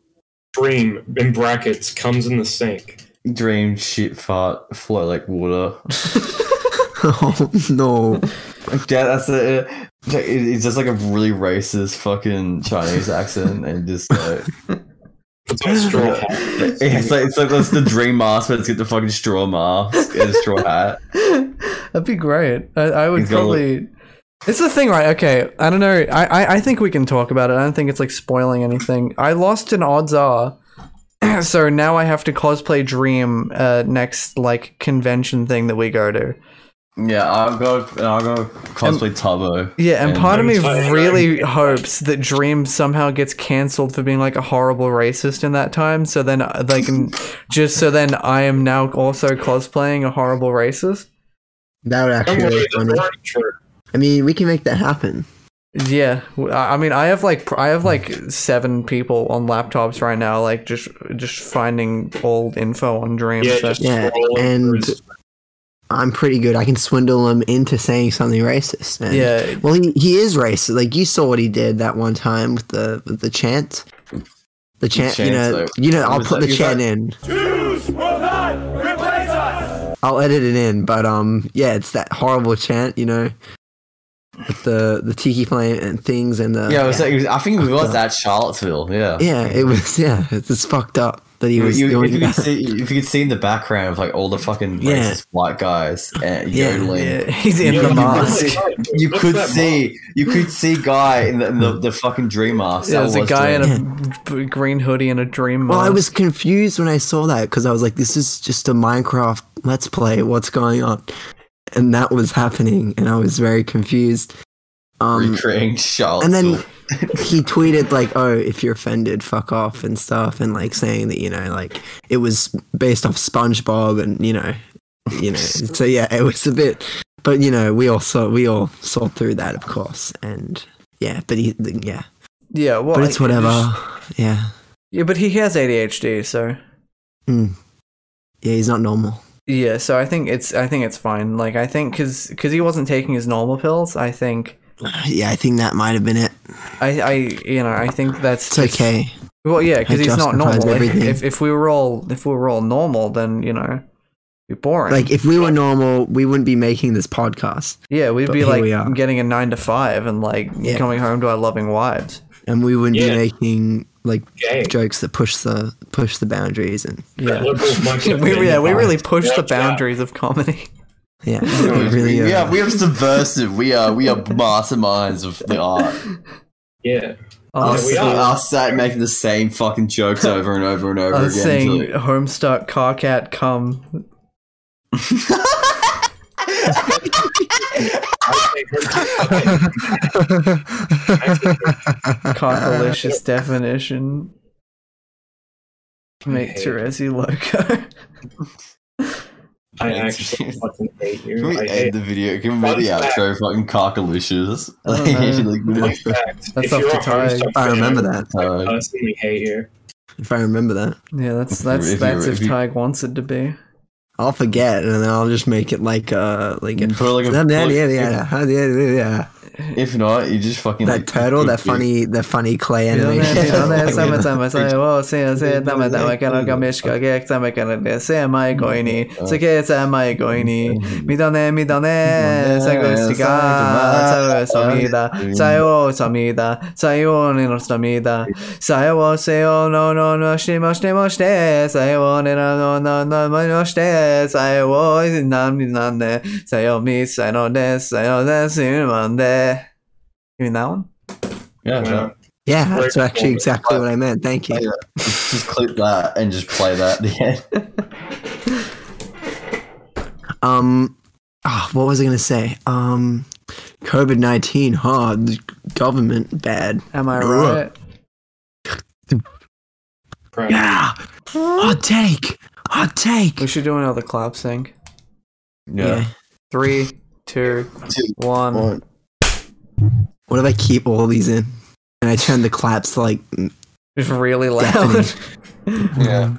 S5: stream in brackets comes in the sink.
S2: Dream shit fart flow like (laughs) water.
S6: oh no.
S2: Yeah, that's it. Like, it- It's just like a really racist fucking Chinese accent, and just like
S5: It's on a
S2: (laughs)
S5: straw hat.
S2: it's like it's like that's the dream mask, but it's got the fucking straw mask and a straw hat.
S1: (laughs) That'd be great. I, I would
S2: He's got a
S1: probably. It's the thing, right? Okay, I don't know. I, I, I think we can talk about it. I don't think it's like spoiling anything. I lost an odds are, (clears throat) so now I have to cosplay Dream uh, next like convention thing that we go to.
S2: Yeah, I'll go. I'll go cosplay Tubbo.
S1: Yeah, and
S2: And
S1: part of me
S5: Dream's-
S1: really hopes that Dream somehow gets cancelled for being like a horrible racist in that time. So then, uh, like, n- just so then I am now also cosplaying a horrible racist.
S6: That would
S5: Don't
S6: actually
S5: worry,
S6: be
S5: it's
S6: funny.
S5: already true.
S6: I mean, we can make that happen.
S1: Yeah, w- I I mean, I have like pr- I have like seven people on laptops right now, like just just finding old info on Dream.
S5: Yeah,
S1: so-
S5: just
S6: Yeah,
S5: scroll
S6: and-
S5: over his-
S6: I'm pretty good. I can swindle him into saying something racist. and-
S1: yeah,
S6: Well, he, he is racist. Like you saw what he did that one time with the with the chant. The chant, you
S2: chant,
S6: know,
S2: though.
S6: you know. I'll
S2: Was
S6: put
S2: that-
S6: the
S2: is
S6: chant in. I'll edit it in, but um, yeah, it's that horrible chant, you know, with the the tiki flame and things and the
S2: Yeah, it was,
S6: yeah.
S2: Like, it was- I think it was at Charlottesville. Yeah.
S6: Yeah, it was (laughs) yeah, it's just fucked up that he
S2: You,
S6: was
S2: you- if,
S6: doing
S2: you could
S6: that.
S2: see, if you could see in the background of like all the fucking
S6: Yeah.
S2: racist white guys and
S6: Yeah,
S2: yodeling,
S1: yeah, he's in
S5: Yeah,
S1: the
S5: you
S1: mask.
S6: (laughs)
S5: really are, dude.
S2: you
S5: Look at
S2: could
S5: that
S2: see you could see guy in the in the, the fucking dream mask.
S1: There's
S2: that
S1: a
S2: was
S1: guy in
S2: doing-
S1: a b- green hoodie and a dream.
S6: Well, I
S1: mask.
S6: was confused when I saw that because I was like, this is just a Minecraft Let's Play. What's going on? And that was happening, and I was very confused. Um,
S2: recreating
S6: and
S2: Charlottesville.
S6: then he tweeted like, "Oh, if you're offended, fuck off" and stuff, and like saying that you know, like it was based off SpongeBob, and you know,
S1: (laughs)
S6: you know. So yeah, it was a bit, but you know, we all saw we all saw through that, of course, and yeah, but he, yeah,
S1: yeah, well,
S6: but it's
S1: I-
S6: whatever. yeah,
S1: Yeah, but he has ADHD, so
S6: yeah, he's not normal. (sighs)
S1: yeah, so I think it's I think it's fine. Like I think because he wasn't taking his normal pills, I think
S6: Yeah, I think that might have been it.
S1: I I you know I think that's
S6: It's
S1: just-
S6: okay.
S1: Well, yeah, because
S6: It
S1: he's not
S6: justifies
S1: normal. If,
S6: everything.
S1: if if we were all if we were all normal, then you know, it'd be boring.
S6: Like if we were normal, we wouldn't be making this podcast,
S1: Yeah, we'd
S6: But
S1: be
S6: here
S1: like
S6: we are.
S1: getting a nine to five and like
S6: Yeah.
S1: coming home to our loving wives.
S6: and we wouldn't
S5: Yeah.
S6: be making like
S5: Gay.
S6: jokes that push the push the boundaries and
S1: Yeah.
S5: Liberals might
S1: (laughs) We,
S5: get
S1: we- yeah, we
S5: offended.
S1: really pushed the
S5: Watch out.
S1: boundaries of comedy.
S2: (laughs)
S6: yeah,
S2: We-
S6: it really, uh,
S2: we are, we are subversive. We are we are masterminds of the art.
S5: Yeah.
S6: Oh,
S1: I
S2: Us,
S1: was,
S5: we are.
S2: us sat making the same fucking jokes over and over and over
S1: I
S6: Oh,
S2: again.
S1: was saying,
S2: until-
S1: Homestuck, Carcat, come.
S5: I
S1: (laughs)
S5: think we're-
S6: uh, (laughs)
S1: Cockalicious definition.
S5: I
S1: Make
S5: hate it.
S1: Teresi loco. (laughs)
S5: I actually fucking hate
S2: (laughs) Can we
S5: you. I
S2: end
S5: hate
S2: the video? Can we do the
S5: Fun fact.
S2: outro? Fucking cockalicious.
S1: I don't know.
S2: (laughs)
S6: (laughs)
S2: Like,
S5: facts.
S1: That's
S5: If
S1: up
S5: you're
S1: to
S5: a
S1: Ty.
S5: host, I'm
S6: I remember
S5: sure
S6: that.
S5: I
S2: uh,
S5: personally hate you.
S6: If I remember that,
S1: Yeah, that's
S2: If you-
S1: that's
S2: if you-
S1: that's if
S2: if you-
S1: Tig wants it to be.
S6: I'll forget, and then I'll just make it like uh like a.
S2: put Mm. like a-
S6: Yeah, (laughs) yeah, yeah,
S2: if-
S6: yeah, yeah, yeah, yeah.
S2: If not, you just fucking
S6: That
S2: like,
S6: turtle,
S2: put
S6: that
S2: big-
S6: funny, that funny clay
S1: You know that-
S6: (laughs)
S1: you know that
S6: animation.
S1: summertime, I say, "Oh, see, I say, tama, tama, kana kamishka, kek, tama, kana de, se, mai goini, se, ke, se, mai goini, midone, midone, se, go, se, ga, se, go, samida, sai, o, samida, sai, o, ni, no, samida, sai, o, se, o, no, no, no, shite, mo, shite, mo, shite, sai, o, ni, no, no, no, no, mo, no, shite, sai, o, ni, nan, ni, nan, ne, sai, o, mi, sai, no, de, sai, no, de, si, man, de. You mean that one?
S2: Yeah,
S5: Wow.
S6: Yeah, that's actually exactly what I meant. Thank you.
S2: Yeah. just, just clip that and just play that at the end.
S6: (laughs) Um, ah, what was I gonna say? Um, COVID nineteen, huh? The government bad.
S1: Am I
S6: Ugh.
S1: right?
S5: Crap.
S6: Yeah, hot take, hot take.
S1: We should do another clap sync.
S2: Yeah.
S1: Three, two, one.
S6: Well, What if I keep all these in and I turn the claps to like
S1: It's really loud.
S6: deafening?
S2: Yeah.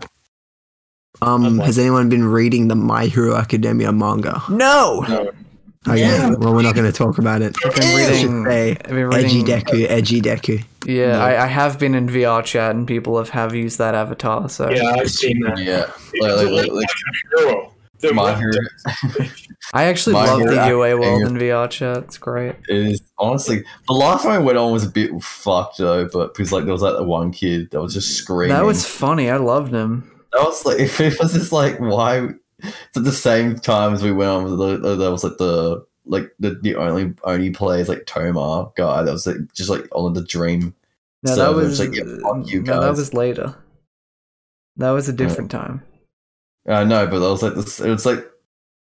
S6: Um, has anyone been reading the My Hero Academia manga?
S1: (laughs) no.
S5: No.
S6: Okay,
S4: Yeah.
S6: well, we're not going to talk about it.
S1: I've been
S6: I
S1: reading,
S6: should say,
S1: I've been
S6: edgy
S1: reading
S6: Deku, edgy Deku.
S1: Yeah, I, I have been in VR chat and people have, have used that avatar. So
S5: Yeah, I've seen that.
S2: Yeah, like, like, like, like
S5: Hero. The
S2: my hero
S1: I actually
S2: My
S1: love the
S2: Hero
S1: UA world
S2: Academia.
S1: in VR chat. It's great.
S2: is honestly the last one I went on was a bit fucked though, but because like there was like the one kid that was just screaming.
S1: That was funny. I loved him.
S2: that was like (laughs) it was just like why it's at the same time as we went on with the, the- that was like the like the, the only only players like Tomar guy that was like just like on the dream
S1: No,
S2: So
S1: that
S2: it
S1: was
S2: was like, yeah, fuck you
S1: no, that
S2: guys.
S1: was later. That was a different time.
S2: I know, but I was like, this, it was like,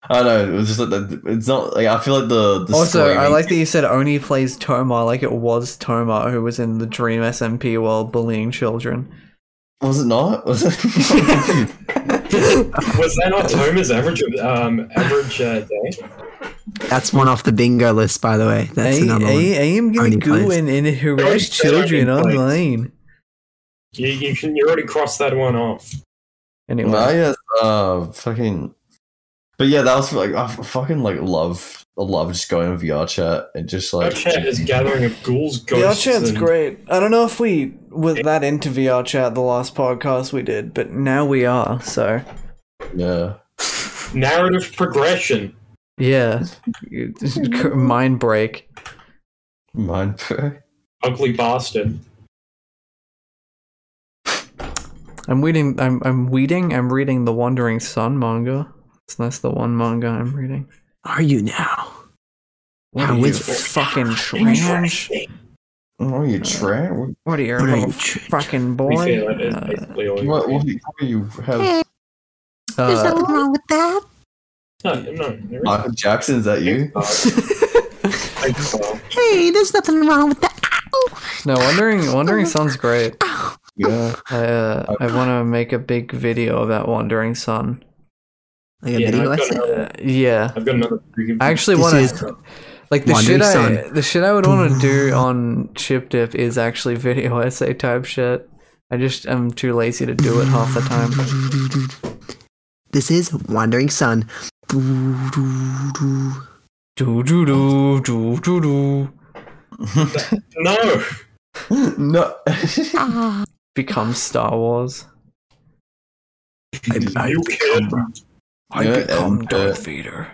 S2: I don't know, it was just like, the- it's not like I feel like the, the
S1: also, I
S2: screaming-
S1: like that you said Oni plays Tomar like it was Tomar who was in the Dream SMP world bullying
S2: (laughs)
S1: children. (laughs)
S2: was it not? (laughs) Was it?
S1: yeah,
S5: (laughs) Was that not Toma's average um, average uh, day?
S6: That's one off the bingo list, by the way. That's
S1: I,
S6: another one.
S1: I, I am gonna
S6: Oni
S1: go
S6: plays.
S1: and, and
S5: Oni
S1: harass
S5: said Oni
S1: children
S5: plays.
S1: online.
S5: You, you can you already crossed that one off.
S1: Anyway,
S2: no, yes, uh, fucking. But yeah, that was like I f- fucking like love, I love just going on VR chat and just like
S5: Our chat is gathering of ghouls,
S1: VR
S5: ghosts.
S1: chat's
S5: and-
S1: great. I don't know if we were that into VR chat the last podcast we did, but now we are. So
S2: yeah.
S5: Narrative progression.
S1: yeah, (laughs) mind break.
S2: Mind (laughs) fuck.
S5: Ugly bastard.
S1: I'm reading. I'm I'm reading. I'm reading the Wandering Sun manga. So that's the one manga I'm reading.
S6: Are you now?
S1: What
S6: How
S1: are you
S6: is it?
S1: fucking trash?
S2: What are oh, you trash? What,
S1: What are you,
S6: What are you
S1: little
S6: tra-
S1: fucking
S5: We
S1: boy?
S5: feel that is
S1: Uh,
S5: basically all Oh, you
S2: what, what,
S5: what,
S2: do you- what do you have?
S1: uh,
S4: wrong with that.
S5: No, no, there
S2: (laughs)
S5: isn't.
S2: Michael Jackson? Is that you?
S5: Thanks, Carl.
S4: Hey, there's nothing wrong with that. Ow,
S1: no, Wandering Wandering Sun's great.
S4: ow.
S2: Yeah.
S1: I uh, I want to make a big video about Wandering Sun.
S6: Like a
S5: Yeah,
S6: video
S5: I've, got
S6: essay?
S5: another,
S1: Uh, yeah,
S5: I've got another. big-
S1: I actually
S6: This
S1: want
S6: is-
S1: to. Like the
S6: Wandering
S1: shit I
S6: Sun.
S1: the shit I would want
S6: (laughs)
S1: to do on Chip Dip is actually video (laughs) essay type shit. I just am too lazy to do it half the
S6: (laughs)
S1: time.
S6: This is Wandering Sun.
S1: Do do do do do do.
S5: No,
S2: (laughs) no. (laughs)
S4: Ah.
S1: Become Star Wars.
S5: you kid.
S2: I Yeah, become and, uh, Darth
S1: Vader.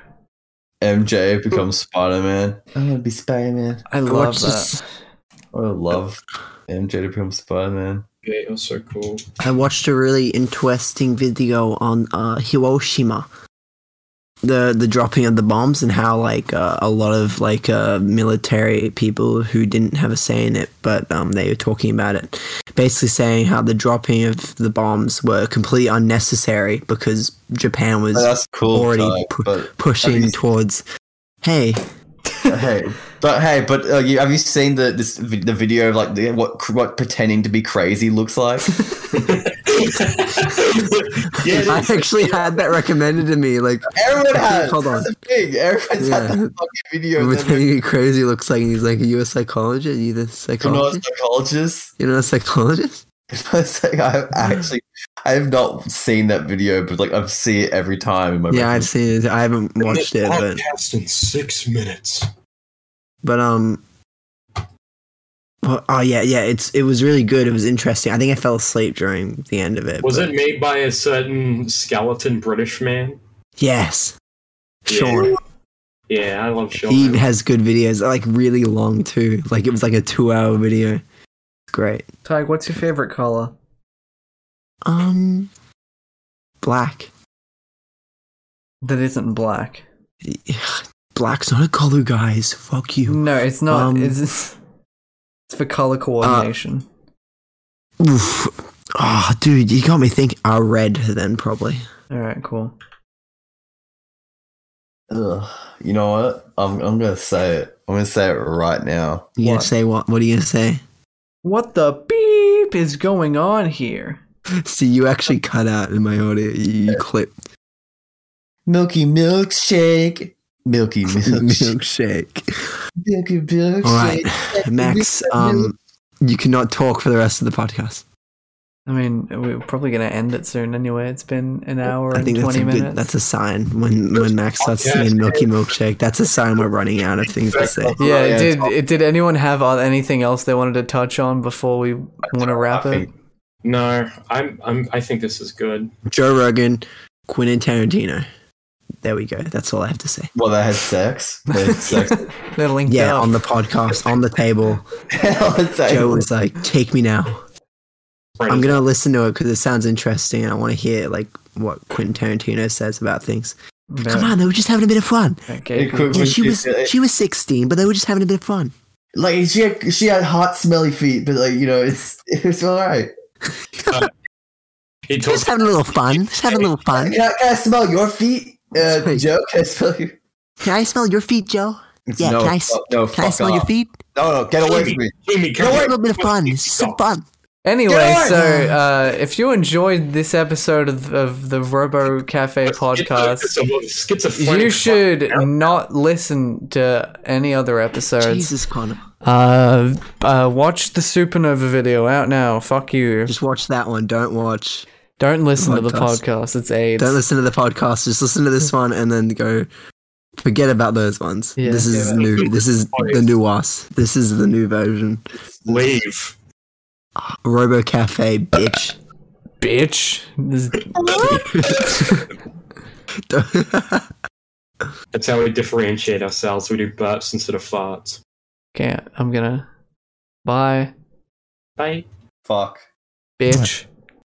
S2: MJ becomes Spider Man. I'm gonna be Spider Man.
S1: I love
S6: watched
S1: that.
S6: this-
S2: I love MJ to become Spider Man.
S5: Yeah, you're so cool.
S6: I watched a really interesting video on uh, Hiroshima, the the dropping of the bombs and how like uh, a lot of like uh, military people who didn't have a say in it, but um, they were talking about it, basically saying how the dropping of the bombs were completely unnecessary because Japan was
S2: That's cool.
S6: already
S2: Already
S6: pu-
S2: but
S6: (laughs) pushing towards. Hey,
S2: hey, but hey, but uh, you, have you seen the this vi- the video of like the, what cr- what pretending to be crazy looks
S6: (laughs)
S2: like?
S5: yeah,
S6: I actually had that recommended to me. Like,
S2: Everyone has.
S6: Hold
S2: Hold
S6: on.
S2: on, big. Everyone's had
S6: Yeah.
S2: that fucking video.
S6: we're
S2: of them.
S6: telling you crazy. Looks like and he's like, are you a psychologist? Are you the
S2: I'm not a
S6: (laughs)
S2: psychologist.
S6: psychologist?
S2: (laughs)
S6: You're not a psychologist?
S2: It's like, I actually, I have not seen that video, but like I've seen it every time in my.
S6: Yeah, I've seen it. I haven't watched it, but
S5: Podcast in six minutes.
S6: but um. Well, oh yeah, yeah. It's it was really good. It was interesting. I think I fell asleep during the end of it.
S5: Was
S6: but-
S5: it made by a certain skeleton British man?
S6: Yes.
S5: Yeah.
S6: Sean.
S5: Yeah, I love Sean.
S6: He has good videos. They're, like really long too. Like it was like a two-hour video. Great.
S1: Tyg, what's your favorite color?
S6: Um. Black.
S1: That isn't black.
S6: Black's not a color, guys. Fuck you.
S1: No, it's not.
S6: Um,
S1: it's, it's for color coordination.
S6: Oof. Oh, dude, you got me thinking. Uh, red then probably.
S1: All right, cool.
S2: Ugg, you know what? I'm I'm gonna say it. I'm gonna say it right now.
S6: You gonna
S1: What?
S6: say what? What are you gonna say?
S1: What the beep is going on here?
S6: See, you actually cut out in my audio. You, you (laughs) clip
S2: Milky milkshake.
S6: (laughs)
S2: Milky milkshake.
S6: milkshake.
S2: Milky milkshake.
S6: (laughs) um, All right, Max. Um, you cannot talk for the rest of the podcast.
S1: I mean, we're probably gonna end it soon anyway. It's been an hour
S6: I think
S1: and
S6: that's
S1: twenty
S6: a good.
S1: minutes.
S6: That's a sign when when Max starts saying Milky Milkshake. That's a sign we're running out of things to say.
S1: yeah,
S2: Yeah,
S1: did
S2: it's-
S1: did anyone have uh, anything else they wanted to touch on before we want to wrap
S2: I
S1: it?
S2: think-
S5: No, I'm, I'm. I think this is good.
S6: Joe Rogan, Quentin Tarantino. There we go. That's all I have to say.
S2: Well, they had sex. They
S6: (laughs)
S2: had sex.
S1: (laughs)
S2: (laughs)
S1: They're linked
S6: Yeah,
S1: up.
S6: on the podcast, on the table, Joe
S2: Joe
S6: was like, "Take me now."
S5: Right.
S6: I'm gonna listen to it because it sounds interesting, and I want to hear like what Quentin Tarantino says about things.
S1: Yeah,
S6: Come on, they were just having a bit of fun.
S1: okay,
S2: It
S1: cool.
S2: could-
S6: Yeah, she was
S2: Yeah.
S6: she was 16, but they were just having a bit of fun.
S2: like she had, she had hot smelly feet, but like you know it's it's all right.
S5: He
S6: Just
S5: talks.
S6: having a little fun. Just having a little fun.
S2: Can I, can I smell your feet, uh,
S6: Sweet.
S2: Joe? Can I smell you?
S6: Can I smell your feet, Joe? Yeah,
S2: no,
S6: can I s-
S2: fuck, no,
S6: Can I
S2: fuck
S6: smell
S2: off.
S6: your feet?
S2: No, no, get away from me.
S5: Jamie, come
S6: Just a
S5: here.
S6: little bit of fun. It's just some fun.
S1: Anyway,
S2: Get on!
S1: so uh, if you enjoyed this episode of, of the Robo Cafe podcast,
S5: Schizo- Schizophrenic.
S1: you should not listen to any other episodes.
S6: Jesus, Connor.
S1: Uh, uh, watch the Supernova video out now. Fuck you.
S6: Just watch that one. Don't watch.
S1: Don't listen to the
S6: Podcast.
S1: podcast. It's AIDS.
S6: Don't listen to the podcast. Just listen to
S1: (laughs)
S6: this one and then go. Forget about those ones.
S1: Yeah.
S6: this is
S1: Yeah.
S6: new. This is the new us. This is the new version.
S5: leave.
S6: Robo Cafe, bitch.
S1: bitch. This- (laughs)
S6: Don't-
S5: That's how we differentiate ourselves. We do burps instead of farts.
S1: Can't. I'm gonna. Bye,
S5: Bye.
S2: Fuck.
S1: bitch.